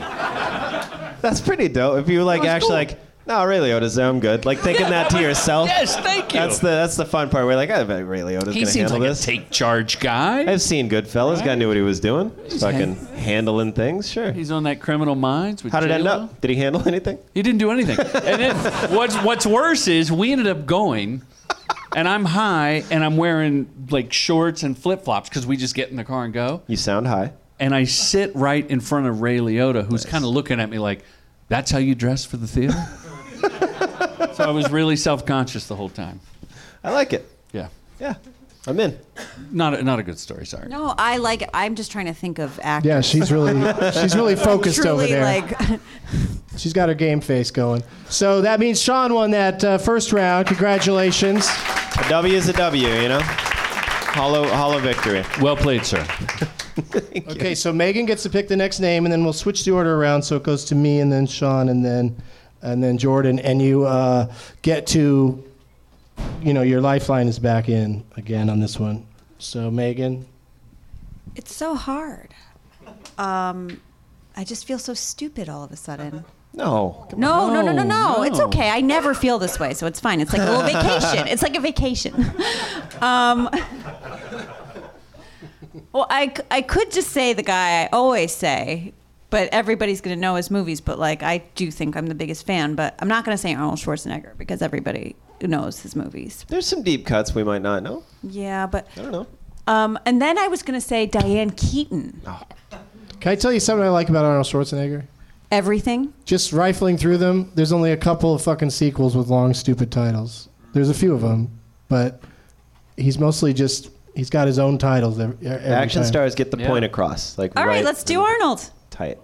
S4: That's pretty dope. If you like
S6: That was
S4: actually
S6: cool.
S4: like, no, Ray Liotta's there. I'm good. Like thinking that
S6: [laughs]
S4: to yourself.
S6: Yes, thank you.
S4: That's the that's the fun part. We're like, I bet Ray Liotta's
S6: He
S4: gonna
S6: seems
S4: handle
S6: like a
S4: this.
S6: take charge guy.
S4: I've seen Goodfellas. Guy knew what he was doing.
S6: He's
S4: Fucking handling things. Sure.
S6: He's on that Criminal Minds. With
S4: How did it end
S6: J-Lo.
S4: up? Did he handle [laughs] anything?
S6: He didn't do
S4: [laughs]
S6: anything. And then what's what's worse is we ended up going, and I'm high and I'm wearing like shorts and flip flops because we just get in the car and go.
S4: You sound high.
S6: And I sit right in front of Ray Liotta, who's kind of looking at me like, "That's how you dress for the
S4: [laughs]
S6: theater." so I was really self conscious the whole time.
S4: I like it.
S6: Yeah.
S4: Yeah. I'm in.
S6: Not a, not a good story. Sorry.
S10: No, I like. it. I'm just trying to think of actors.
S2: Yeah, she's really
S6: [laughs]
S2: she's really focused
S10: Truly,
S2: over there.
S5: [laughs]
S10: Like,
S2: She's got her game face going. So that means Sean won that uh, first round. Congratulations.
S4: A W is a W, you know? Hollow, hollow victory.
S6: Well played, sir.
S2: Okay, so Megan gets to pick the next name, and then we'll switch the order around. So it goes to me, and then Sean, and then and then Jordan, and you uh, get to, you know, your lifeline is back in again on this one. So Megan,
S10: It's so hard. Um, I just feel so stupid all of a sudden.
S4: No.
S10: No, no, no, no, no. It's
S4: no.
S10: okay. I never feel this way, so it's fine. It's like a little vacation. It's like a vacation. [laughs] Um,
S5: Well, I, c- I could just say the guy I always say,
S10: but everybody's going to know his movies, but like I do think I'm the biggest fan, but I'm not going to say Arnold Schwarzenegger because everybody knows his movies.
S4: There's some deep cuts we might not know.
S10: Yeah, but
S4: I don't know.
S10: Um, and then I was going to say Diane Keaton.
S2: can I tell you something I like about Arnold Schwarzenegger?
S10: Everything.
S2: Just rifling through them. There's only a couple of fucking sequels with long, stupid titles. There's a few of them, but he's mostly just he's got his own titles. Every, every
S4: Action
S2: time.
S4: stars get the point across. Like
S10: All
S4: right,
S10: right, let's do Arnold.
S4: tight.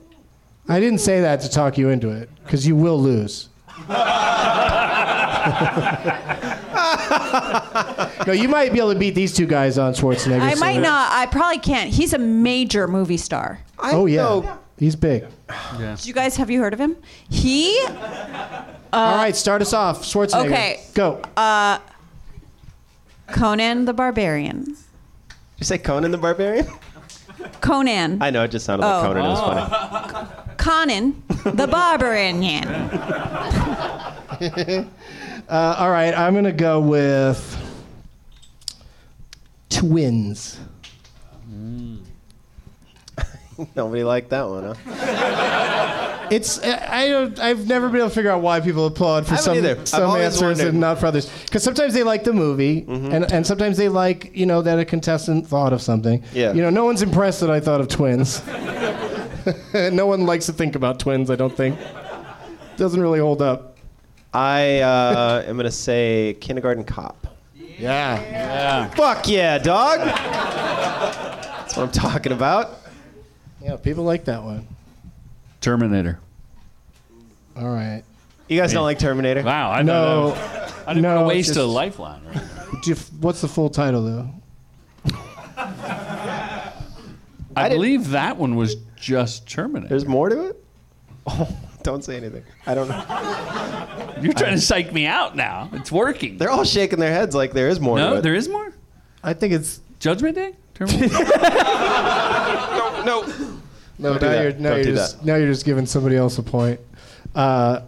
S2: I didn't say that to talk you into it, because you will
S4: [laughs]
S2: lose. no, you might be able to beat these two guys on Schwarzenegger.
S5: I
S2: so-
S5: might not. I probably can't. He's a major movie star.
S2: oh yeah, he's big.
S5: Did you guys have you heard of him? He.
S2: All right, start us off, Schwarzenegger.
S5: Uh, Okay.
S2: go.
S5: Uh, Conan the Barbarian.
S4: Did you say Conan the Barbarian? [laughs]
S5: Conan.
S4: I know, it just sounded like
S5: Oh.
S4: Conan. It was funny.
S6: [laughs]
S4: [laughs]
S5: Conan
S2: [laughs]
S5: the Barbarian.
S2: Uh, all right, I'm gonna go with twins.
S4: Nobody liked that one, huh?
S2: It's I I don't I've never been able to figure out why people applaud for
S4: I haven't either.
S2: some
S4: I've
S2: some
S4: always
S2: answers
S4: wondered. Mm-hmm.
S2: and not for others because sometimes they like the movie and and sometimes they like you know that a contestant thought of something.
S4: Yeah.
S2: You know, no one's impressed that I thought of twins. [laughs] no one likes to think about twins. I don't think doesn't really hold up.
S4: I uh, am gonna say Kindergarten Cop.
S2: Yeah.
S4: Yeah. Fuck yeah, dog. That's what I'm talking about.
S2: Yeah, people like that one.
S6: Terminator.
S2: All right.
S4: You guys don't like Terminator?
S6: Wow, I
S2: No.
S6: know. I didn't
S2: No,
S6: wanna
S2: it's
S6: waste a
S2: just-
S6: lifeline. Right?
S2: Do you, what's the full title though?
S6: I, believe that one was just Terminator.
S4: There's more to it. [laughs] Oh, don't say anything. I don't know.
S6: You're trying to psych me out now. It's working.
S4: They're all shaking their heads like there is more. to
S6: no,
S4: it.
S6: there is more.
S2: I think it's
S6: Judgment Day. Terminator.
S2: No,
S4: no. Don't do
S2: now
S4: that.
S2: you're now
S4: Don't
S2: you're
S4: do
S2: just now you're just giving somebody else a point. Uh,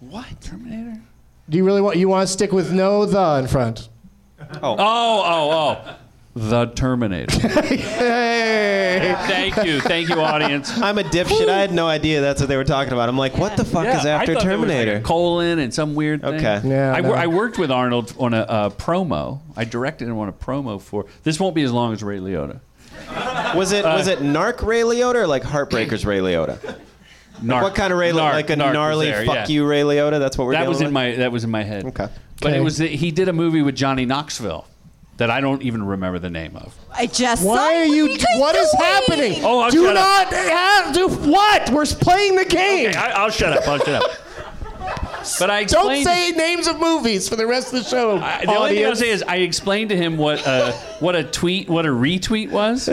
S6: what Terminator?
S2: do you really want you want to stick with no the in front?
S6: Oh, oh, oh. The Terminator.
S2: Hey.
S6: Thank you. Thank you, audience.
S4: I'm a dipshit. I had no idea that's what they were talking about. I'm like, what the fuck
S6: Yeah,
S4: is
S6: I
S4: after
S6: thought there was, like,
S4: Terminator?
S6: a colon and some weird thing.
S4: Okay.
S2: Yeah,
S6: I, wor-
S2: no.
S6: I worked with Arnold on a uh, promo. I directed him on a promo for. This won't be as long as Ray Liotta.
S4: Was it was it Narc Ray Liotta or like Heartbreakers Ray Liotta?
S6: Narc.
S4: what kind of Ray Liotta?
S6: Narc-
S4: Like a
S6: Narc was
S4: gnarly
S6: there,
S4: fuck
S6: yeah.
S4: you Ray Liotta? That's what we're
S6: That
S4: dealing
S6: was in
S4: with?
S6: my that was in my head.
S4: Okay.
S6: But
S2: Okay.
S6: it was that he did a movie with Johnny Knoxville that I don't even remember the name of.
S5: I just.
S2: Why
S5: saw
S2: are you? What is happening?
S6: Oh, I'll
S2: do
S6: shut
S2: not
S6: up.
S2: have- do what? We're playing the game.
S6: Okay, I, will shut up. I'll shut
S2: [laughs]
S6: up. But I
S2: Don't
S6: explained.
S2: say names of movies for the rest of the show.
S6: I- the only thing I'll
S2: audience.
S6: say is I explained to him what a, what a tweet, what a retweet was.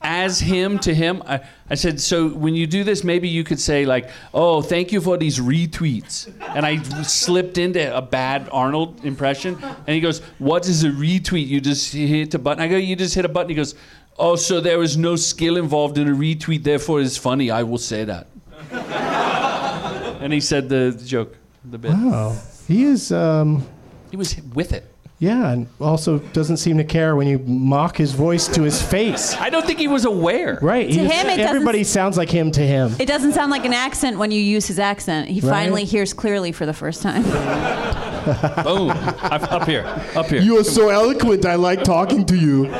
S6: As him to him, I, I said, so when you do this, maybe you could say like, "Oh, thank you for these retweets," and I slipped into a bad Arnold impression, and he goes, "What is a retweet? You just hit a button." I go, "You just hit a button." He goes, "Oh, so there was no skill involved in a retweet, therefore it's funny." I will say that, [laughs] and he said the, the joke, the bit.
S2: oh, he is. Um,
S6: He was with it.
S2: yeah, and also doesn't seem to care when you mock his voice to his face.
S6: I don't think he was aware.
S2: Right.
S5: To
S2: he's-
S5: him, it doesn't
S2: everybody sounds like him to him.
S5: It doesn't sound like an accent when you use his accent. He
S2: Right.
S5: finally hears clearly for the first time.
S6: Boom. up, up here. Up here.
S2: You are so eloquent. I like talking to you.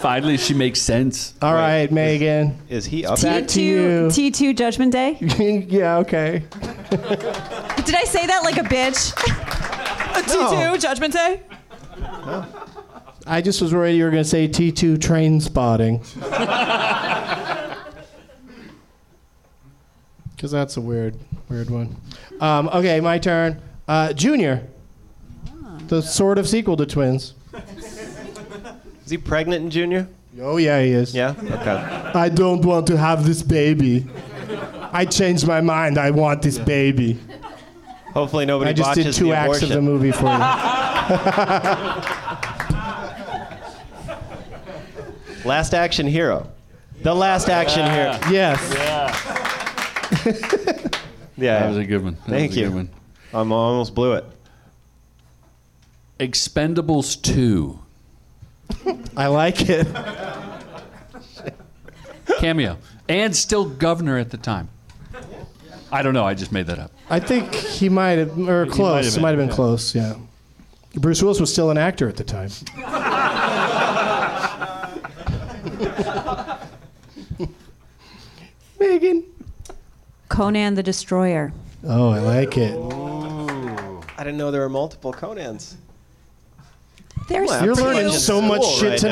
S6: Finally, she makes sense.
S2: All right, Megan.
S4: Is he up?
S2: Back to you.
S5: [laughs] T two Judgment Day.
S2: [laughs] yeah. Okay.
S5: Did I say that like a
S2: [laughs]
S5: bitch? T two Judgment Day.
S2: I just was worried you were going to say T2 train spotting. [laughs] Because that's a weird, weird one. Um, okay, my turn. Uh, Junior. The sort of sequel to Twins.
S4: Is he pregnant in Junior?
S2: Oh yeah, he is.
S4: Yeah. Okay.
S2: I don't want to have this baby. I changed my mind. I want this baby.
S4: Hopefully nobody
S2: I just
S4: botches
S2: did two
S4: the
S2: acts of
S4: abortion.
S2: the movie for you.
S4: [laughs] Last Action Hero. The Last Action
S6: Yeah.
S4: Hero. Yes. Yeah.
S6: That was a good one. That
S4: Thank
S6: was a
S4: you.
S6: good one.
S4: I almost blew it.
S6: Expendables 2.
S2: I like it.
S6: Cameo. And still governor at the time. I don't know. I just made that up.
S2: I think he might have, or
S6: He might have
S2: close. He
S6: been,
S2: might have been,
S6: yeah.
S2: close. Yeah. Bruce Willis was still an actor at the time.
S11: Megan. Conan the Destroyer.
S2: Oh, I like it.
S4: I didn't know there were multiple Conans.
S11: There's
S4: Well, I'm
S11: two.
S4: pretty much in school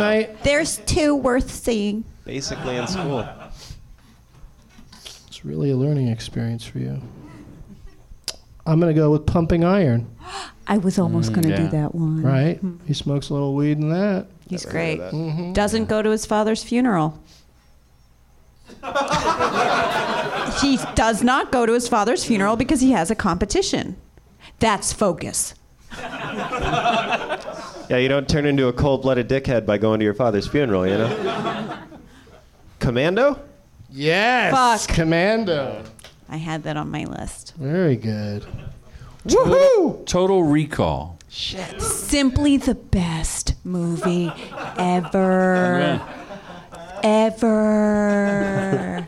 S4: right now,
S11: There's two worth seeing.
S4: basically in school.
S2: It's really a learning experience for you. I'm gonna go with Pumping Iron.
S11: I was almost gonna
S5: do yeah. that one.
S2: Right? He smokes a little weed in that.
S11: He's great. Doesn't go to his father's funeral.
S5: He does not go to his father's funeral because he has a competition. That's focus.
S4: Yeah, you don't turn into a cold blooded dickhead by going to your father's funeral, you know? Commando?
S2: Yes. Commando.
S11: I had that on my list.
S2: Very good.
S6: Woohoo! Total Recall.
S5: Simply the best movie
S2: Uh,
S5: ever. Ever.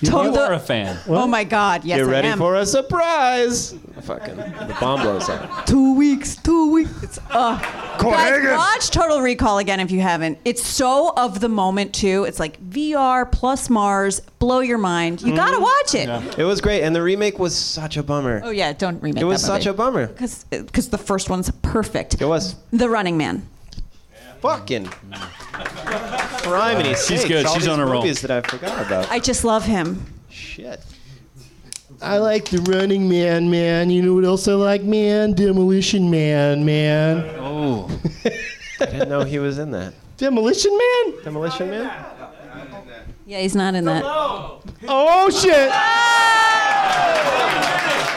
S6: You
S5: Total-
S6: are a fan.
S5: Oh my God! Yes,
S4: Get
S5: I
S4: ready
S5: am.
S4: for a surprise! Fucking, the bomb blows up.
S5: Two weeks. Two weeks. It's uh. Guys,
S4: Copenhagen.
S5: watch Total Recall again if you haven't. It's so of the moment too. It's like VR plus Mars, blow your mind. You gotta watch it.
S4: It was great, and the remake was such a bummer.
S5: Oh yeah, don't remake.
S4: It was such a bummer.
S5: because uh, the first one's perfect. It
S4: was.
S5: The Running Man.
S4: Fucking. Criminy
S6: She's
S4: sakes,
S6: good.
S4: all
S6: She's
S4: these
S6: on a roll.
S4: movies that I forgot about.
S5: I just love him.
S4: Shit.
S2: I like the Running Man, man. You know what else I like, man? Demolition Man, man.
S6: Oh.
S4: I didn't know he was in that.
S2: Demolition Man?
S4: Demolition Man?
S5: Yeah, he's not in that.
S2: Oh shit!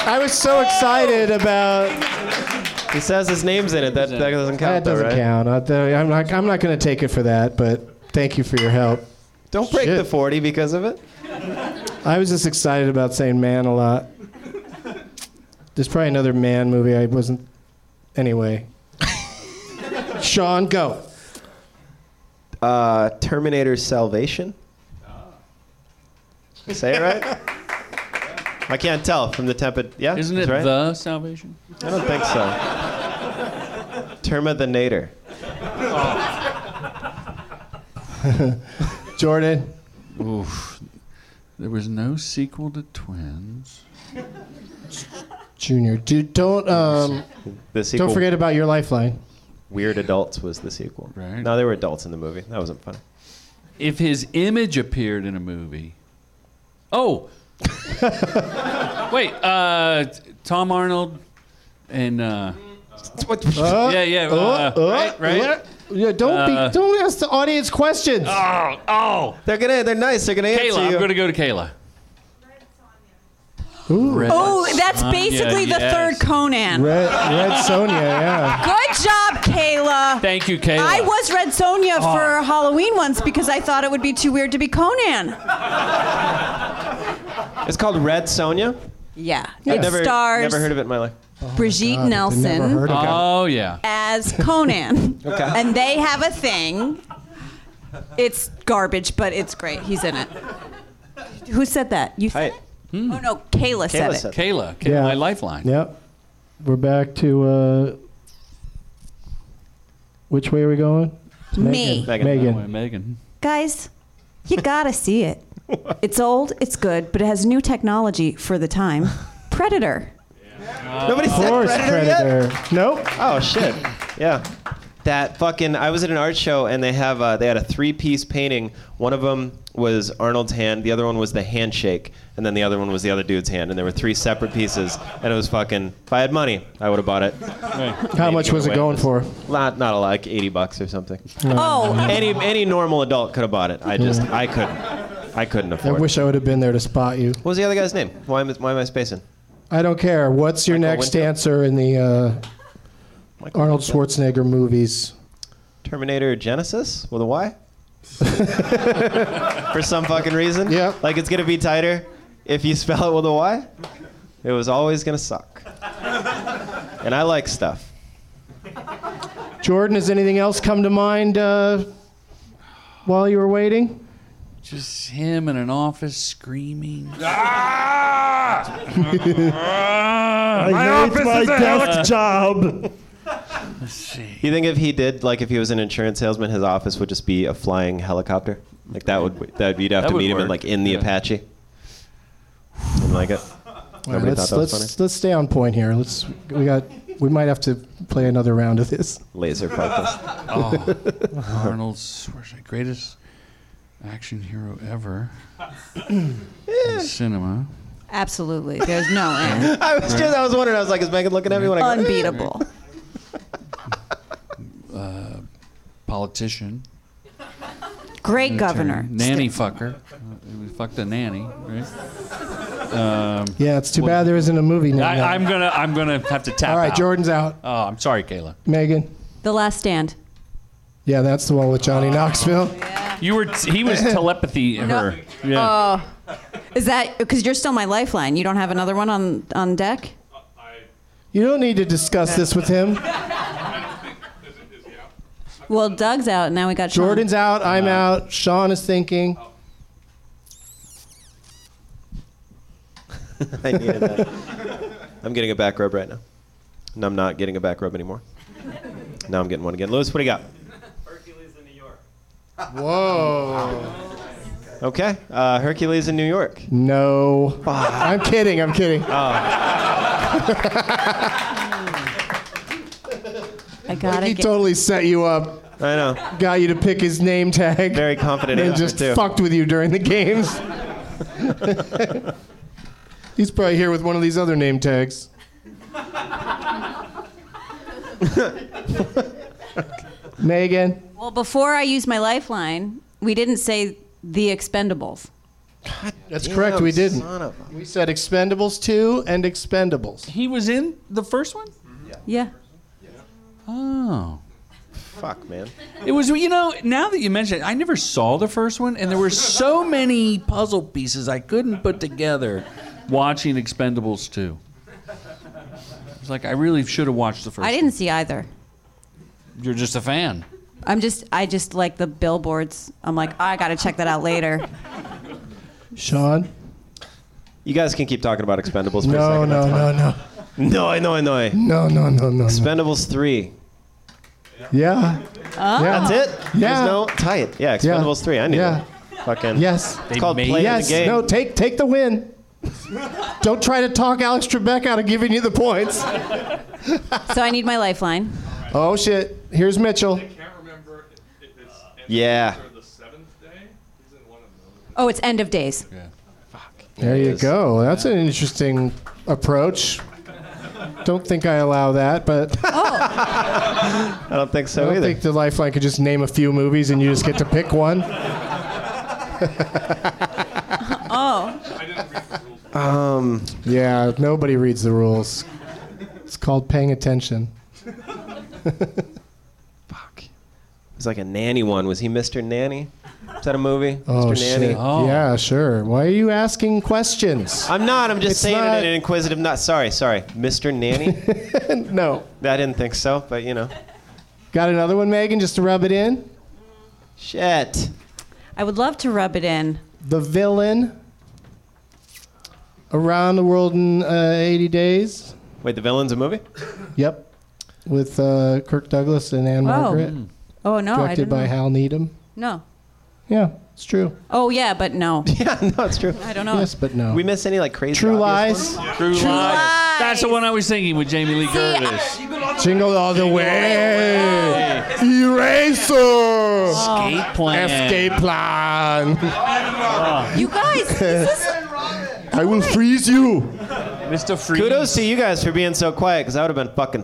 S2: I was so excited about.
S4: He says his name's in it. That, that doesn't
S2: That
S4: count,
S2: doesn't
S4: though, right?
S2: count. I- th- I'm not. I'm not going to take it for that. But thank you for your help.
S4: Don't break
S2: Shit.
S4: the 40 because of it.
S2: I was just excited about saying man a lot. There's probably another man movie I wasn't. Anyway. [laughs] Sean, go.
S4: Uh, Terminator Salvation.
S5: Ah.
S4: Say
S5: [laughs]
S4: it right? I can't tell from the tempered. Yeah?
S6: Isn't it
S4: that's right?
S6: The Salvation?
S4: I don't think so. Terma the Nader.
S2: Jordan.
S6: Oof. There was no sequel to Twins.
S2: Junior, dude, don't um,
S4: The sequel.
S2: don't forget about your lifeline.
S4: Weird Adults was the sequel.
S6: Right.
S4: No, they were adults in the movie. That wasn't funny.
S6: If his image appeared in a movie. Oh! Wait, uh, Tom Arnold and. Uh, yeah, yeah.
S2: Uh,
S6: uh,
S2: uh,
S6: right, right?
S2: uh, yeah, don't
S6: Uh,
S2: be, don't ask the audience questions.
S6: Oh, oh.
S4: They're gonna, they're nice. They're gonna answer
S6: Kayla, I'm
S4: you.
S6: going to go to Kayla.
S2: Ooh.
S6: Red
S5: Oh, that's
S6: Sonja,
S5: basically the
S6: yes.
S5: third Conan.
S2: Red, Red Sonia, yeah.
S5: Good job, Kayla.
S6: Thank you, Kayla.
S5: I was Red Sonia
S6: Oh.
S5: for Halloween once because I thought it would be too weird to be Conan.
S4: It's called Red Sonia.
S5: Yeah.
S4: I've
S5: It
S4: never,
S5: stars
S4: never heard of it in my life.
S5: Brigitte
S2: never
S5: [laughs] Nelson
S2: heard of
S6: Oh, yeah.
S5: as Conan.
S4: Okay.
S5: And they have a thing. It's garbage, but it's great. He's in it. Who said that? You said
S4: Hi.
S5: it? Oh no, Kayla, said
S4: Kayla
S5: it.
S4: said
S6: Kayla, Kayla
S2: Yeah.
S6: my lifeline.
S2: Yep. We're back to uh, which way are we going?
S5: Me.
S2: Megan. Megan.
S6: Wait, Megan.
S5: Guys, you gotta see it. It's old, it's good, but it has new technology for the time. Predator.
S4: Nobody
S2: Of
S4: said
S2: course,
S4: Predator, yet.
S2: Predator. Nope.
S4: Oh shit. Yeah. that fucking I was at an art show and they have uh, they had a three piece painting. One of them was Arnold's hand, the other one was the handshake, and then the other one was the other dude's hand. And there were three separate pieces, and it was fucking. If I had money, I would have bought it.
S2: How much was it going for?
S4: Not not a lot, like eighty bucks or something.
S2: Oh.
S4: any any normal adult could have bought it. I just I couldn't. I couldn't
S2: I
S4: afford. it.
S2: wish I would have been there to spot you.
S4: What was the other guy's name? Why am I- why am I spacing?
S2: I don't care. What's your
S4: Michael
S2: next
S4: Winthrop?
S2: answer in the uh, Arnold Schwarzenegger movies?
S4: Terminator Genesis with a Y? [laughs] For some fucking reason? Yeah. Like it's gonna be tighter if you spell it with a Y? It was always gonna suck. and I like stuff.
S2: Jordan, has anything else come to mind uh, while you were waiting?
S6: Just him in an office screaming.
S12: [laughs] I hate my desk job.
S6: Let's see.
S4: You think if he did, like if he was an insurance salesman, his office would just be a flying helicopter? Like that would that you'd have
S6: That
S4: to
S6: would
S4: meet him in
S6: work,
S4: like in the
S6: yeah.
S4: Apache. Didn't like it.
S2: All right,
S4: Nobody
S2: let's
S4: thought that was
S2: let's
S4: funny.
S2: let's stay on point here. Let's we got we might have to play another round of this.
S4: Laser focus.
S6: Oh, Arnold Schwarzenegger, greatest action hero ever
S2: [coughs]
S6: in cinema.
S5: Absolutely. There's no end.
S4: [laughs] I was just I was wondering, I was like, is Megan looking at me when I go,
S5: Unbeatable.
S6: Uh, politician.
S5: Great
S6: An
S5: governor.
S6: attorney. Nanny fucker. Uh, we fucked a nanny, right? Um,
S2: Yeah, it's too
S6: what-
S2: bad there isn't a movie now.
S6: I, I'm gonna I'm gonna have to tap.
S2: All right,
S6: out.
S2: Jordan's out.
S6: Oh, I'm sorry, Kayla.
S2: Megan.
S5: The Last Stand.
S2: Yeah, that's the one with Johnny Knoxville.
S6: You were he
S2: [coughs]
S6: was telepathy her. Yeah.
S2: Uh,
S5: Oh. Is that because you're still my lifeline? You don't have another one on on deck?
S2: You don't need to discuss this with him.
S5: Well, Doug's out, and now we got Sean.
S2: Jordan's out. I'm out. Sean is thinking.
S4: I needed that. I'm getting a back rub right now. And I'm not getting a back rub anymore. Now I'm getting one again. Lewis, what do you got?
S2: Whoa.
S4: Okay. Uh, Hercules in New York.
S2: No. I'm kidding. I'm
S4: [laughs]
S2: kidding.
S4: Oh.
S5: I
S2: Like,
S5: gotta
S2: he
S5: get-
S2: totally set you up.
S4: I know.
S2: Got you to pick his name tag.
S4: Very confident
S2: And
S4: answer,
S2: just
S4: too.
S2: fucked with you during the games. [laughs] He's probably here with one of these other name tags. [laughs] Megan.
S5: Well, before I use my lifeline, we didn't say the Expendables.
S2: That's
S5: Damn,
S2: correct. We didn't.
S5: son of
S2: We said Expendables 2 and Expendables.
S6: He was in the first one?
S5: Yeah.
S6: Oh.
S4: Fuck, man.
S6: It was, you know, now that you mention it, I never saw the first one, and there were so many puzzle pieces I couldn't put together watching Expendables 2. It's like, I really should have watched the first
S5: I didn't see either.
S6: one. You're just a fan.
S5: I'm just, I just like the billboards. I'm like, I gotta check that out later.
S2: Sean?
S4: You guys can keep talking about Expendables for a
S2: No,
S4: second.
S2: no, no, no.
S4: No, I know, I know.
S2: No, no, no, no.
S4: Expendables 3.
S2: Yeah. Yeah.
S4: That's it?
S2: Yeah.
S4: There's no, tie it. Yeah, Expendables 3. I knew
S2: Yeah.
S4: that. Fucking.
S2: Yes.
S4: It's called playing
S2: yes.
S4: the game.
S2: No, take take the win. Don't try to talk Alex Trebek out of giving you the points.
S5: so I need my lifeline.
S2: Oh shit. Here's Mitchell.
S4: Yeah.
S5: Oh, it's end of days.
S2: There you go. That's an interesting approach. Don't think I allow that, but
S4: [laughs]
S5: Oh,
S4: I don't think so
S2: I don't
S4: either.
S2: think the lifeline could just name a few movies and you just get to pick one.
S5: Oh.
S2: Um. Yeah, nobody reads the rules. It's called paying attention.
S4: It was like a nanny one. Was he Mr. Nanny? Is that a movie?
S2: Oh
S4: Mr. Nanny?
S2: shit! Yeah, sure. Why are you asking questions?
S4: I'm not. I'm just
S2: It's
S4: saying
S2: not-
S4: it in an inquisitive. Not sorry, sorry, Mr.
S2: [laughs]
S4: Nanny.
S2: no,
S4: I didn't think so, but you know,
S2: Got another one, Megan, just to rub it in.
S4: shit.
S5: I would love to rub it in.
S2: The villain. Around the world in uh, 80 days.
S4: Wait, the villain's a movie? [laughs]
S2: Yep. With uh, Kirk Douglas and Anne
S5: Oh.
S2: Margaret.
S5: Mm. Oh, no, I
S2: Directed
S5: didn't
S2: by
S5: know.
S2: Hal Needham.
S5: No.
S2: Yeah, it's true.
S5: Oh, yeah, but no.
S4: Yeah, no, it's true.
S5: I
S2: [laughs]
S5: don't know.
S2: Yes, but no.
S4: We miss any like crazy.
S2: True
S4: obvious
S2: Lies.
S4: ones?
S6: True, Lies. That's the one I was thinking with Jamie Lee Curtis.
S2: Jingle all the way.
S6: Hey.
S13: Racer.
S5: Oh,
S6: Escape plan.
S13: Escape plan.
S14: You guys, this is
S13: I will freeze you.
S6: Mr. Freeze.
S4: Kudos to you guys for being so quiet, because I would have been fucking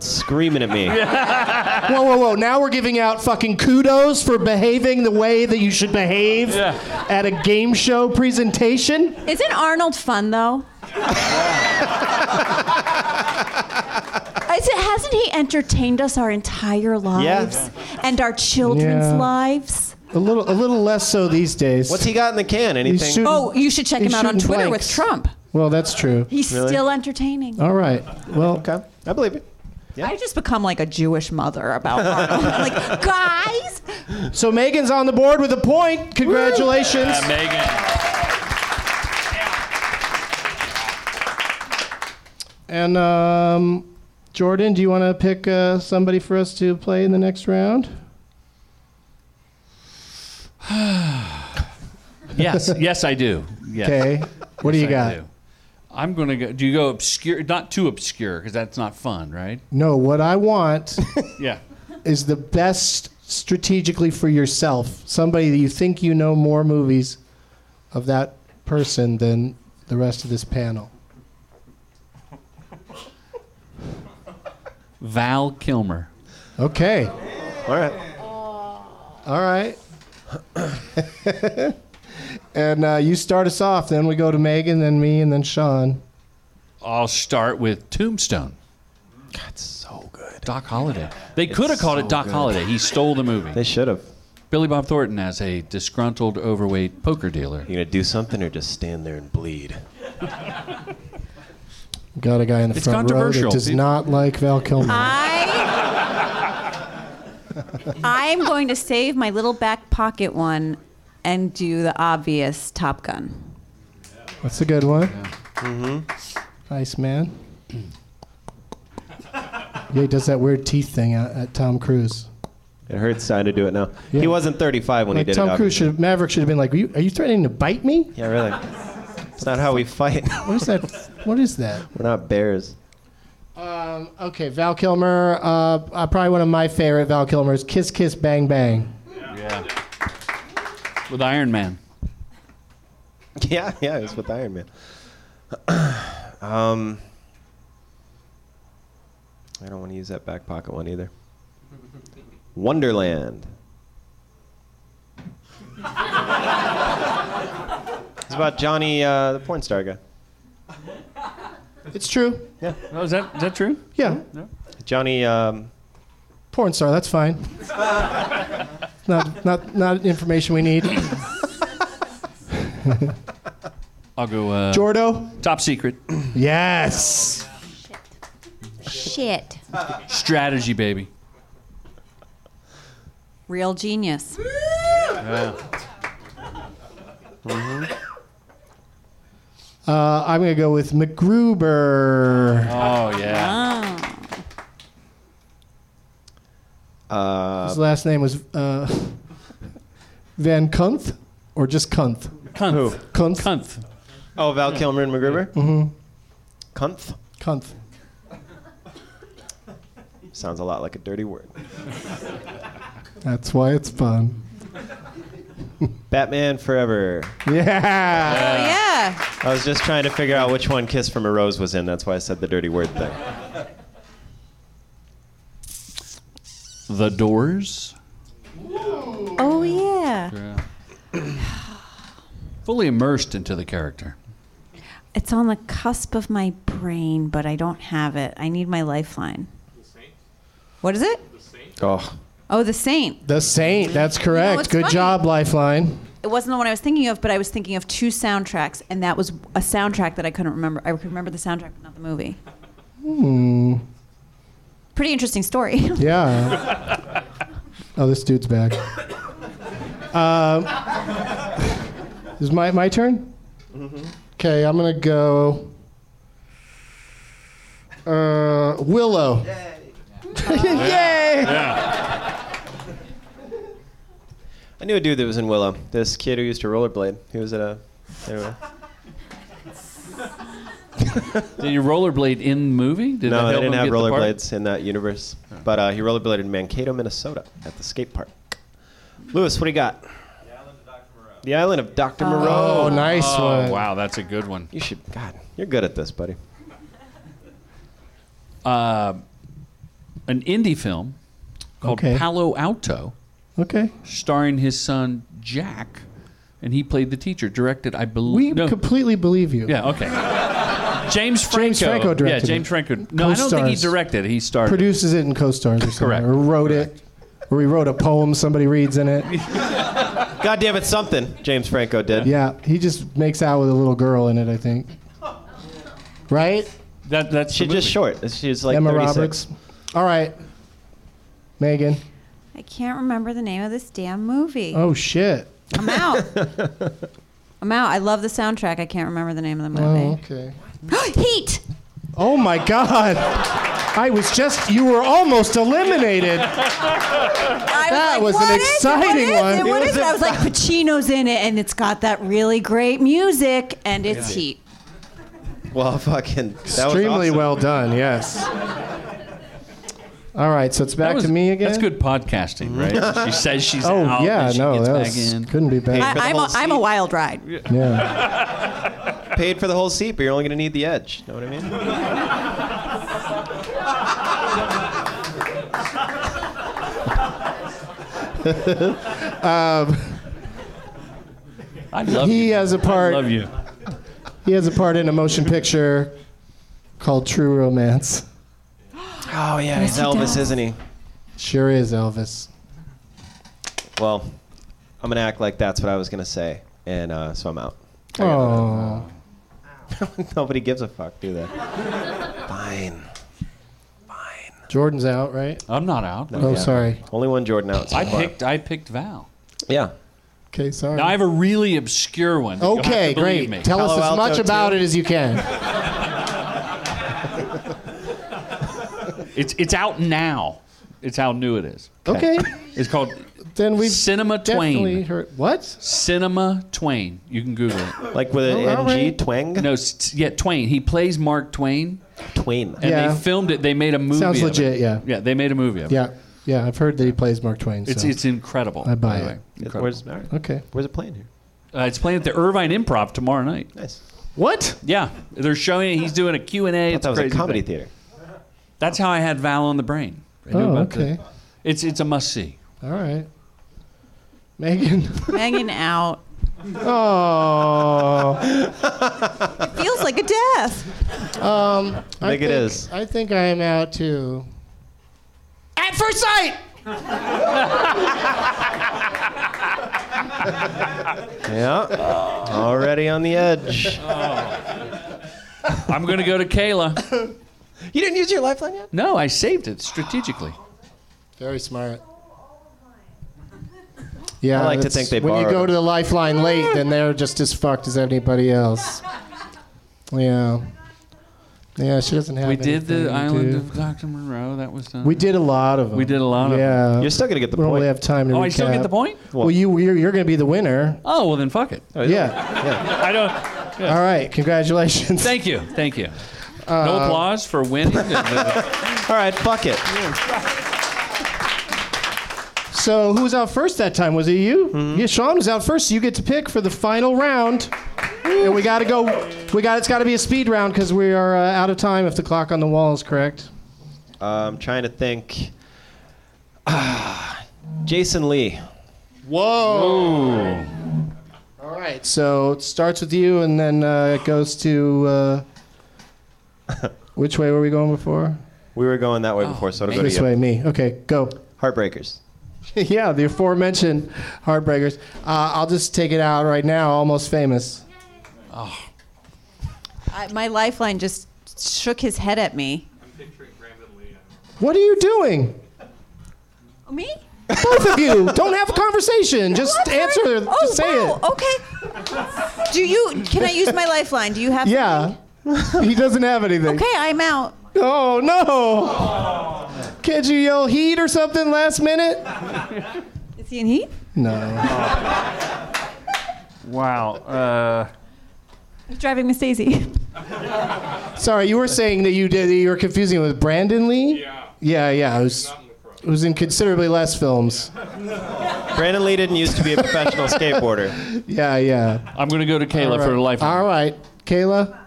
S2: [laughs]
S4: screaming at me.
S13: whoa, whoa, whoa. Now we're giving out fucking kudos for behaving the way that you should behave at a game show presentation.
S14: Isn't Arnold fun though? Is it, hasn't he entertained us our entire lives and our children's
S2: Yeah.
S14: lives?
S2: A little, a little less so these days.
S4: What's he got in the can? Anything?
S14: oh, you should check him
S2: he's
S14: out on
S2: shooting
S14: Twitter with
S2: blanks.
S14: Trump.
S2: Well, that's true.
S14: He's still entertaining.
S2: All right. Well,
S4: okay. I believe it.
S14: I just become like a Jewish mother about Arnold. I'm like, guys,
S2: So Megan's on the board with a point. Congratulations.
S6: Yeah, uh, Megan.
S2: And um, Jordan, do you want to pick uh, somebody for us to play in the next round?
S6: Yes, yes, I do. Yes. [laughs]
S2: Okay. What do you got?
S6: do. I'm gonna go. Do you go obscure? Not too obscure, because that's not fun, right?
S2: No, what I
S4: [laughs]
S2: want
S6: Yeah.
S2: is the best strategically for yourself. Somebody that you think you know more movies of that person than the rest of this panel.
S6: Val Kilmer.
S2: Okay.
S4: All right.
S2: All right. and uh, you start us off. Then we go to Megan, then me, and then Sean.
S6: I'll start with Tombstone. That's so good. Doc Holliday. They could have called it Doc Holliday. He stole the movie. [laughs] They
S4: should have.
S6: Billy Bob Thornton as a disgruntled, overweight poker dealer.
S4: You gonna do something or just stand there and bleed?
S2: Got a guy in the
S6: It's
S2: front row that
S6: controversial, Uh,
S2: does
S6: people.
S2: not like Val Kilmer.
S5: I'm going to save my little back pocket one and do the obvious Top Gun.
S2: That's a good one.
S4: Mm-hmm.
S2: Nice man. yeah, he does that weird teeth thing at, at Tom Cruise.
S4: It hurts Sign to do it now.
S2: Yeah.
S4: He wasn't 35 when
S2: like
S4: he did
S2: Tom
S4: it.
S2: Cruise should Maverick should have been like, are you, are you threatening to bite me?
S4: obviously. Yeah, really. It's not how we fight.
S2: What is that? what is that?
S4: [laughs] We're not bears.
S2: Um, okay, Val Kilmer. Uh, uh, probably one of my favorite Val Kilmers. Kiss Kiss Bang Bang.
S6: Yeah. With Iron Man.
S4: Yeah, yeah, it's with Iron Man. [clears throat] um, I don't want to use that back pocket one either. [laughs] Wonderland. it's about Johnny, uh, the porn star guy.
S2: It's true.
S4: Yeah.
S6: Oh, is that is that true?
S2: Yeah.
S4: Johnny. Um,
S2: Porn star. That's fine. not not not information we need.
S6: I'll go. Uh,
S2: Jordo?
S6: Top Secret.
S2: yes.
S5: Shit.
S6: Strategy, baby.
S5: Real genius.
S2: Uh, I'm gonna go with MacGruber.
S6: Oh yeah.
S4: uh,
S2: His last name was uh, Van Kunth, or just Kunth.
S6: Kunth.
S4: Who?
S2: Kunth.
S6: Kunth.
S4: oh, Val Kilmer and MacGruber.
S2: Mm-hmm.
S4: Cunth
S2: Kunth.
S4: sounds a lot like a dirty word.
S2: That's why it's fun.
S4: Batman Forever.
S2: Yeah.
S5: Yeah.
S4: I was just trying to figure out which one Kiss from a Rose was in. That's why I said the dirty word thing.
S6: The Doors.
S5: Oh yeah.
S6: Yeah. Fully immersed into the character.
S5: It's on the cusp of my brain, but I don't have it. I need my lifeline. What is it?
S4: Oh.
S5: Oh, the saint.
S2: The Saint. That's
S5: You know,
S2: correct.
S5: it's
S2: Good
S5: funny.
S2: job, Lifeline.
S5: It wasn't the one I was thinking of, but I was thinking of two soundtracks, and that was a soundtrack that I couldn't remember. I could remember the soundtrack, but not the movie.
S2: Hmm.
S5: Pretty interesting story. [laughs]
S2: Yeah. oh, this dude's back. [coughs] Um, [laughs] is my my turn? Okay, I'm gonna go. Uh, Willow. Yay!
S4: I knew a dude that was in Willow. This kid who used to rollerblade. He was at a. Anyway.
S6: Did you rollerblade in the movie? Did
S4: no,
S6: that
S4: they
S6: help
S4: didn't
S6: him
S4: have
S6: get the part? Oh.
S4: rollerblades in that universe. But uh, he rollerbladed in Mankato, Minnesota at the skate park. Lewis, what do you got? The Island of Dr.
S2: Uh,
S4: Moreau.
S6: Oh,
S2: nice
S6: oh,
S2: one.
S6: Wow, that's a good one.
S4: You should. God, you're good at
S2: [laughs]
S4: this, buddy.
S6: Uh, an indie film called
S2: Okay.
S6: Palo Alto,
S2: Okay.
S6: starring his son Jack, and he played the teacher. Directed, I believe.
S2: We
S6: no.
S2: completely believe you.
S6: Yeah. Okay. James Franco.
S2: James Franco
S6: Yeah,
S2: directed
S6: James
S2: it.
S6: Franco. No, I don't think he
S2: Co-stars.
S6: directed. He started.
S2: Produces it and co-stars. Or something, Or wrote it. Or he wrote a poem somebody reads in it.
S4: God damn it, something James Franco did.
S2: Yeah, he just makes out with a little girl in it, I think. Right?
S6: That that's
S4: she's just short. She's like
S2: Emma
S4: 36.
S2: Roberts. All right. Megan.
S10: I can't remember the name of this damn movie.
S2: Oh shit.
S10: I'm
S2: [laughs]
S10: out. I'm out. I love the soundtrack. I can't remember the name of the
S2: Oh,
S10: movie.
S2: okay.
S10: Heat.
S2: Oh my god. I was just you were almost eliminated.
S5: I
S2: was an exciting one.
S5: What
S2: It was
S5: is it?
S2: a-
S5: I was like, Pacino's in it, and it's got that really great music, and it's
S4: Yeah.
S5: heat.
S4: Well, fucking. That was
S2: Extremely
S4: awesome.
S2: well done, yes. All right, so it's back
S6: That was-
S2: to me again.
S6: That's good podcasting, right? she says she's
S2: Oh
S6: out.
S2: yeah,
S6: and she
S2: no,
S6: gets
S2: that
S6: back
S2: was,
S6: in.
S2: couldn't be bad.
S5: I, I'm, a, I'm a wild ride.
S2: yeah.
S4: Paid for the whole seat, but you're only gonna need the edge. Know what I mean?
S2: um,
S6: I
S2: love he has a part.
S6: love you.
S2: He has a part in a motion picture called True Romance.
S4: Oh yeah,
S2: Yes,
S4: he's
S2: he
S4: Elvis,
S2: does.
S4: isn't he?
S2: Sure is Elvis.
S4: Well, I'm gonna act like that's what I was gonna say, and uh, so I'm out. [laughs]
S2: Oh,
S4: Nobody gives a fuck, do they? Fine.
S2: Jordan's out, right?
S6: I'm not out.
S2: Oh, sorry.
S4: Only one Jordan out. so
S6: I
S4: far.
S6: picked. I picked Val.
S4: Yeah.
S2: Okay, sorry.
S6: Now I have a really obscure one. You'll have to
S2: okay,
S6: believe
S2: great.
S6: me.
S2: Tell us as much about it as
S6: [laughs]
S2: you can.
S6: It's it's out now. It's how new it is.
S2: Okay.
S6: It's called
S2: Then we've
S6: Cinema
S2: definitely
S6: Twain.
S2: heard what?
S6: Cinema Twain. You can Google it.
S4: Like with an
S6: Oh, all
S4: NG
S6: right.
S4: twang?
S6: No, s- yeah, Twain. He plays Mark Twain.
S4: Twain.
S6: And
S2: Yeah.
S6: they filmed it. They made a movie.
S2: Sounds
S6: of it.
S2: legit, yeah.
S6: Yeah, they made a movie of it.
S2: Yeah, yeah. I've heard that he plays Mark Twain.
S6: It's
S2: so.
S6: it's incredible.
S2: I buy
S6: by the
S2: it.
S6: way.
S4: It-
S6: Incredible.
S4: Where's, all right.
S2: Okay.
S4: Where's it playing here?
S6: Uh, it's playing at the Irvine Improv tomorrow night.
S4: Nice.
S2: What?
S6: Yeah, they're showing it. He's doing a Q and A. It's
S4: that was a
S6: crazy
S4: comedy
S6: thing.
S4: theater.
S6: That's how I had Val on the brain. I knew
S2: Oh,
S6: about the-
S2: okay.
S6: it's it's a must see.
S2: All right. Megan. [laughs]
S10: Megan out.
S2: Oh.
S5: It feels like a death.
S2: Um,
S4: I think it is.
S2: I think I am out too.
S5: At first sight.
S4: Yeah. Already on the
S6: [laughs]
S4: edge.
S6: I'm gonna go to Kayla.
S4: You didn't use your lifeline yet?
S6: No, I saved it strategically.
S2: Very
S4: [laughs]
S2: smart. Yeah,
S4: I like to
S2: that's-
S4: think they
S2: When you
S4: borrowed
S2: go to
S4: it.
S2: the lifeline late, then they're just as fucked as anybody else. Yeah. Yeah, she doesn't have.
S6: we did
S2: anything
S6: the
S2: to
S6: Island
S2: do.
S6: of Dr. Moreau. That was done.
S2: We did a lot of them.
S6: We did a lot of
S2: yeah.
S4: You're still gonna get the
S2: we don't
S4: point.
S2: really have time to.
S6: Oh, I still get
S2: recap.
S6: the point?
S2: Well, you you're, you're going to be the winner.
S6: Oh well, then fuck it.
S2: Yeah.
S6: I don't. yeah.
S2: All right.
S6: [laughs]
S2: Congratulations.
S6: Thank you, thank you. no
S2: Uh,
S6: applause for winning.
S4: All right, fuck it.
S2: So who was out first that time? Was it you? Yeah, Sean was out first. So you get to pick for the final round. And we gotta go. We got. It's got to be a speed round because we are uh, out of time. If the clock on the wall is correct.
S4: Uh, I'm trying to think. [sighs] Ah, Jason Lee.
S2: Whoa. All right. So it starts with you, and then uh, it goes to. Uh, which way were we going before?
S4: We were going that way before, so it'll go to
S2: Oh, This
S4: you.
S2: way, me. Okay, go. [laughs]
S4: Heartbreakers.
S2: yeah, the aforementioned heartbreakers. Uh, I'll just take it out right now. Almost famous.
S10: I, my lifeline just shook his head at me.
S2: What are you doing?
S10: Me?
S2: Both of you don't have a conversation. Just
S10: What?
S2: answer.
S10: Oh,
S2: just say
S10: wow. Okay. Do you? Can I use my lifeline? Do you have?
S2: it. Yeah. [laughs] he doesn't have anything.
S10: Okay, I'm out.
S2: Oh no. Can't you yell heat or something last minute?
S10: Is he in heat?
S2: No.
S6: wow. Uh,
S10: He's driving Miss Daisy.
S2: Sorry, you were saying that you did. You were confusing it with Brandon Lee. Yeah. Yeah, yeah. Who's who's in considerably less films.
S4: Brandon Lee didn't used to be a
S2: [laughs]
S4: professional skateboarder.
S2: Yeah, yeah.
S6: I'm going to go to Kayla
S2: All right.
S6: for a life.
S2: All right, Kayla.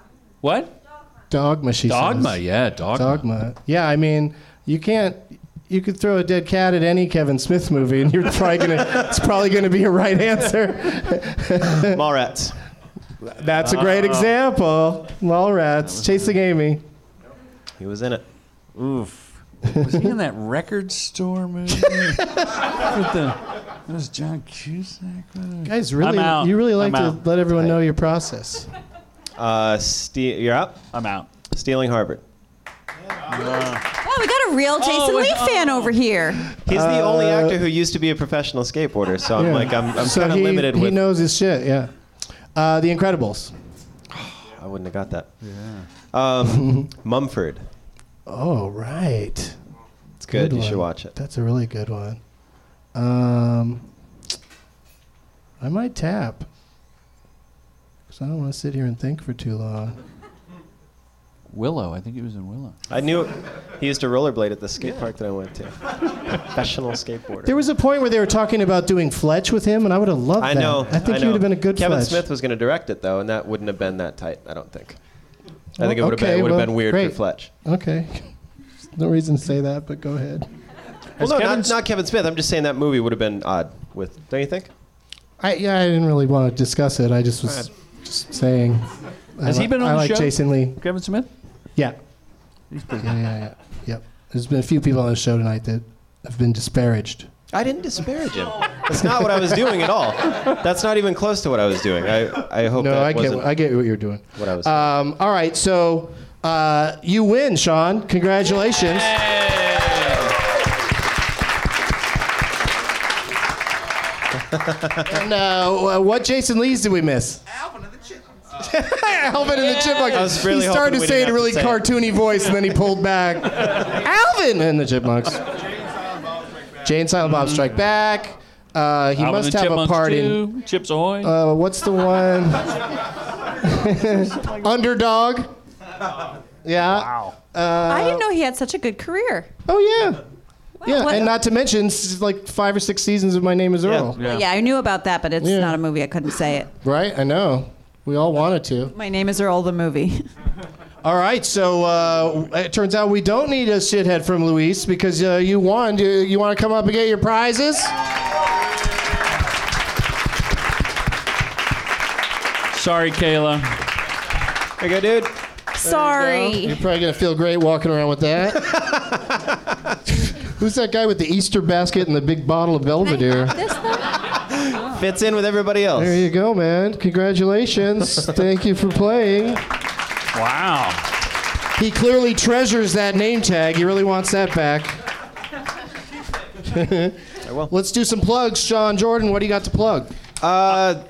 S6: What?
S2: Dogma. She
S6: Dogma,
S2: says.
S6: yeah, dogma.
S2: Dogma. Yeah, I mean, you can't. You could throw a dead cat at any Kevin Smith movie, and you're probably gonna. it's probably gonna be a right answer.
S4: Mallrats.
S2: That's a great
S4: Oh.
S2: example. Mallrats chasing Amy.
S4: He was in it.
S6: Oof. Was he in that record store [laughs] movie? With the- that was John Cusack.
S2: Guys, really, you really like to let everyone know your process.
S4: Uh, ste- you're up.
S6: I'm out.
S4: Stealing Harvard.
S5: Wow, we got a real Jason
S15: Oh,
S5: Lee fan over here.
S4: He's the only
S2: Uh,
S4: actor who used to be a professional skateboarder, so I'm
S2: Yeah.
S4: like, I'm, I'm
S2: So
S4: kind of
S2: he-
S4: limited
S2: He
S4: with.
S2: knows his shit. Yeah. Uh, the Incredibles.
S4: I wouldn't have got that. Yeah.
S2: [laughs]
S4: Um, Mumford.
S2: Oh right.
S4: It's good. you should
S2: one.
S4: watch it.
S2: That's a really good one. Um, I might tap because I don't want to sit here and think for too long.
S6: Willow. I think he was in Willow.
S4: I knew he used to rollerblade at the skate park that I
S2: [laughs]
S4: went to. professional skateboarder.
S2: There was a point where they were talking about doing Fletch with him, and I would have loved
S4: I
S2: that.
S4: know.
S2: I think
S4: I
S2: he would have
S4: know.
S2: been a good
S4: Kevin
S2: Fletch.
S4: Smith was going to direct it though, and that wouldn't have been that tight. I don't think. I
S2: Well,
S4: think it would have
S2: okay,
S4: been, would
S2: well,
S4: have been weird
S2: great.
S4: for Fletch.
S2: Okay. No reason to say that, but go ahead.
S4: Well, no, not, not Kevin Smith. I'm just saying that movie would have been odd. With don't you think?
S2: I, yeah, I didn't really want to discuss it. I just was
S4: Alright.
S2: just saying. I
S6: Has he
S2: li-
S6: been on
S2: I
S6: the
S2: like
S6: show?
S2: Jason Lee.
S6: Kevin Smith.
S2: Yeah. yeah, yeah, yeah. Yep. There's been a few people on the show tonight that have been disparaged.
S4: I didn't disparage him. [laughs] That's not what I was doing at all. That's not even close to what I was doing. I, I hope
S2: No,
S4: that
S2: I get,
S4: wasn't
S2: what- I get what you're doing.
S4: what I was.
S2: Um, all right, so uh, you win, Sean. Congratulations. and uh, wh- what Jason Lees did we miss? [laughs] Alvin and the Chipmunks.
S4: I was really
S2: he started
S4: hoping
S2: to
S4: we
S2: say it
S4: didn't
S2: in a really
S4: have to say
S2: cartoony voice, and then he pulled back. Alvin and the Chipmunks. Jane Silent Bob Strike Back. Uh, he
S6: Alvin
S2: must
S6: and the
S2: have a
S6: Chipmunks
S2: part in.
S6: 2, Chips Ahoy.
S2: Uh, what's the one? Underdog. Yeah. Wow.
S15: I didn't know he had such a good career.
S2: Oh yeah. yeah,
S15: what-
S2: and not to mention s- like five or six seasons of My Name Is Earl.
S6: Oh,
S15: Yeah. I knew about that, but it's
S2: Yeah.
S15: not a movie. I couldn't say it.
S2: Right. I know. We all wanted to.
S15: My name is Earl the movie. [laughs]
S2: All right. So uh, it turns out we don't need a shithead from Luis because uh, you won. Do you want to come up and get your prizes?
S6: Sorry, Kayla.
S4: There you go, dude.
S2: You're probably gonna feel great walking around with [laughs] that. Who's that guy with the Easter basket and the big bottle of Belvedere?
S4: Fits in with everybody else.
S2: There you go, man. [laughs] Congratulations. Thank you for playing.
S6: Wow.
S2: He clearly treasures that name tag. He really wants that [laughs] back. Let's do some plugs. Sean Jordan, what do you got to plug?
S4: Uh,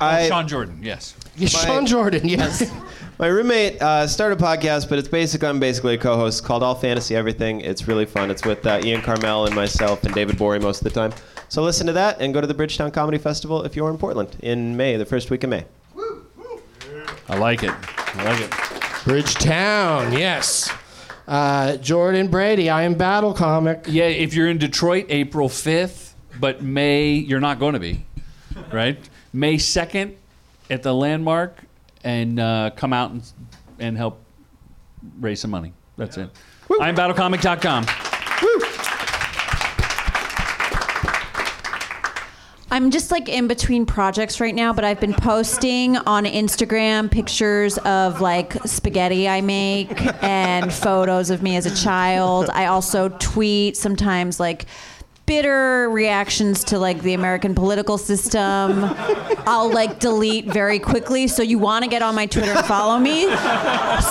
S4: I,
S6: Sean Jordan. Yes.
S2: Sean Jordan, yes.
S4: My roommate uh, started a podcast, but it's basically I'm basically a co-host called All Fantasy Everything. It's really fun. It's with uh, Ian Carmel and myself and David Bory most of the time. So listen to that and go to the Bridgetown Comedy Festival if you're in Portland in May, the first week of May.
S6: I like it. I like it.
S2: Bridgetown, yes. Uh, Jordan Brady, I am Battle Comic.
S6: Yeah, if you're in Detroit, April 5th, but May, you're not going to be, right? May 2nd at the landmark, and uh, come out and, and help raise some money. That's it. I'm battlecomic.com.
S5: I'm just like in between projects right now, but I've been posting on Instagram pictures of like spaghetti I make and photos of me as a child. I also tweet sometimes like bitter reactions to like the American political system. I'll like delete very quickly, so you want to get on my Twitter and follow me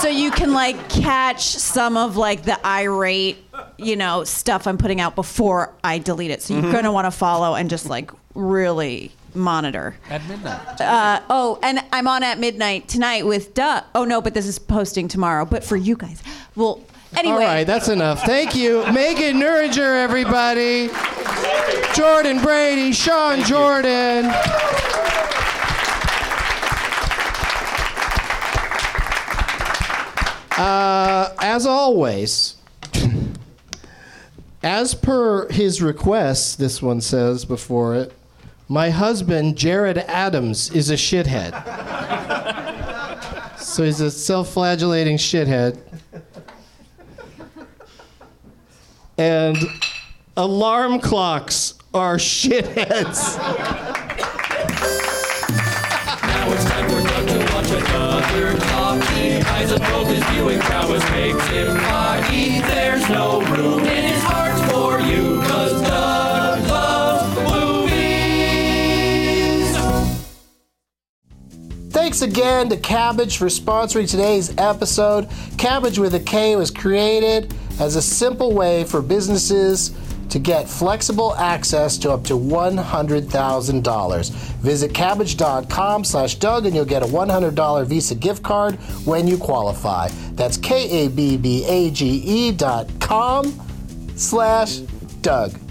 S5: so you can like catch some of like the irate, you know, stuff I'm putting out before I delete it. So you're
S2: Mm-hmm.
S15: Mhm.
S5: going to want to follow and just like really monitor.
S6: At midnight.
S5: Uh, oh, and I'm on at midnight tonight with Duh. Oh no, but this is posting tomorrow. But for you guys, well, anyway.
S2: All right, that's enough. Thank you. Megan Nuringer, everybody. Jordan Brady, Sean Jordan. Uh, as always, As per his request, this one says before it, my husband, Jared Adams, is a shithead. so he's a self flagellating shithead. And alarm clocks are [laughs] shitheads.
S1: Now it's time for Doug to watch another clock. He eyes unfold his viewing prowess makes him foggy. There's no room in his heart for you, cause Doug loves movies.
S8: Thanks again to Cabbage for sponsoring today's episode. Cabbage with a K was created as a simple way for businesses to get flexible access to up to $100,000. Visit cabbage.com slash Doug and you'll get a $100 Visa gift card when you qualify. That's K-A-B-B-A-G-E dot com E slash Doug.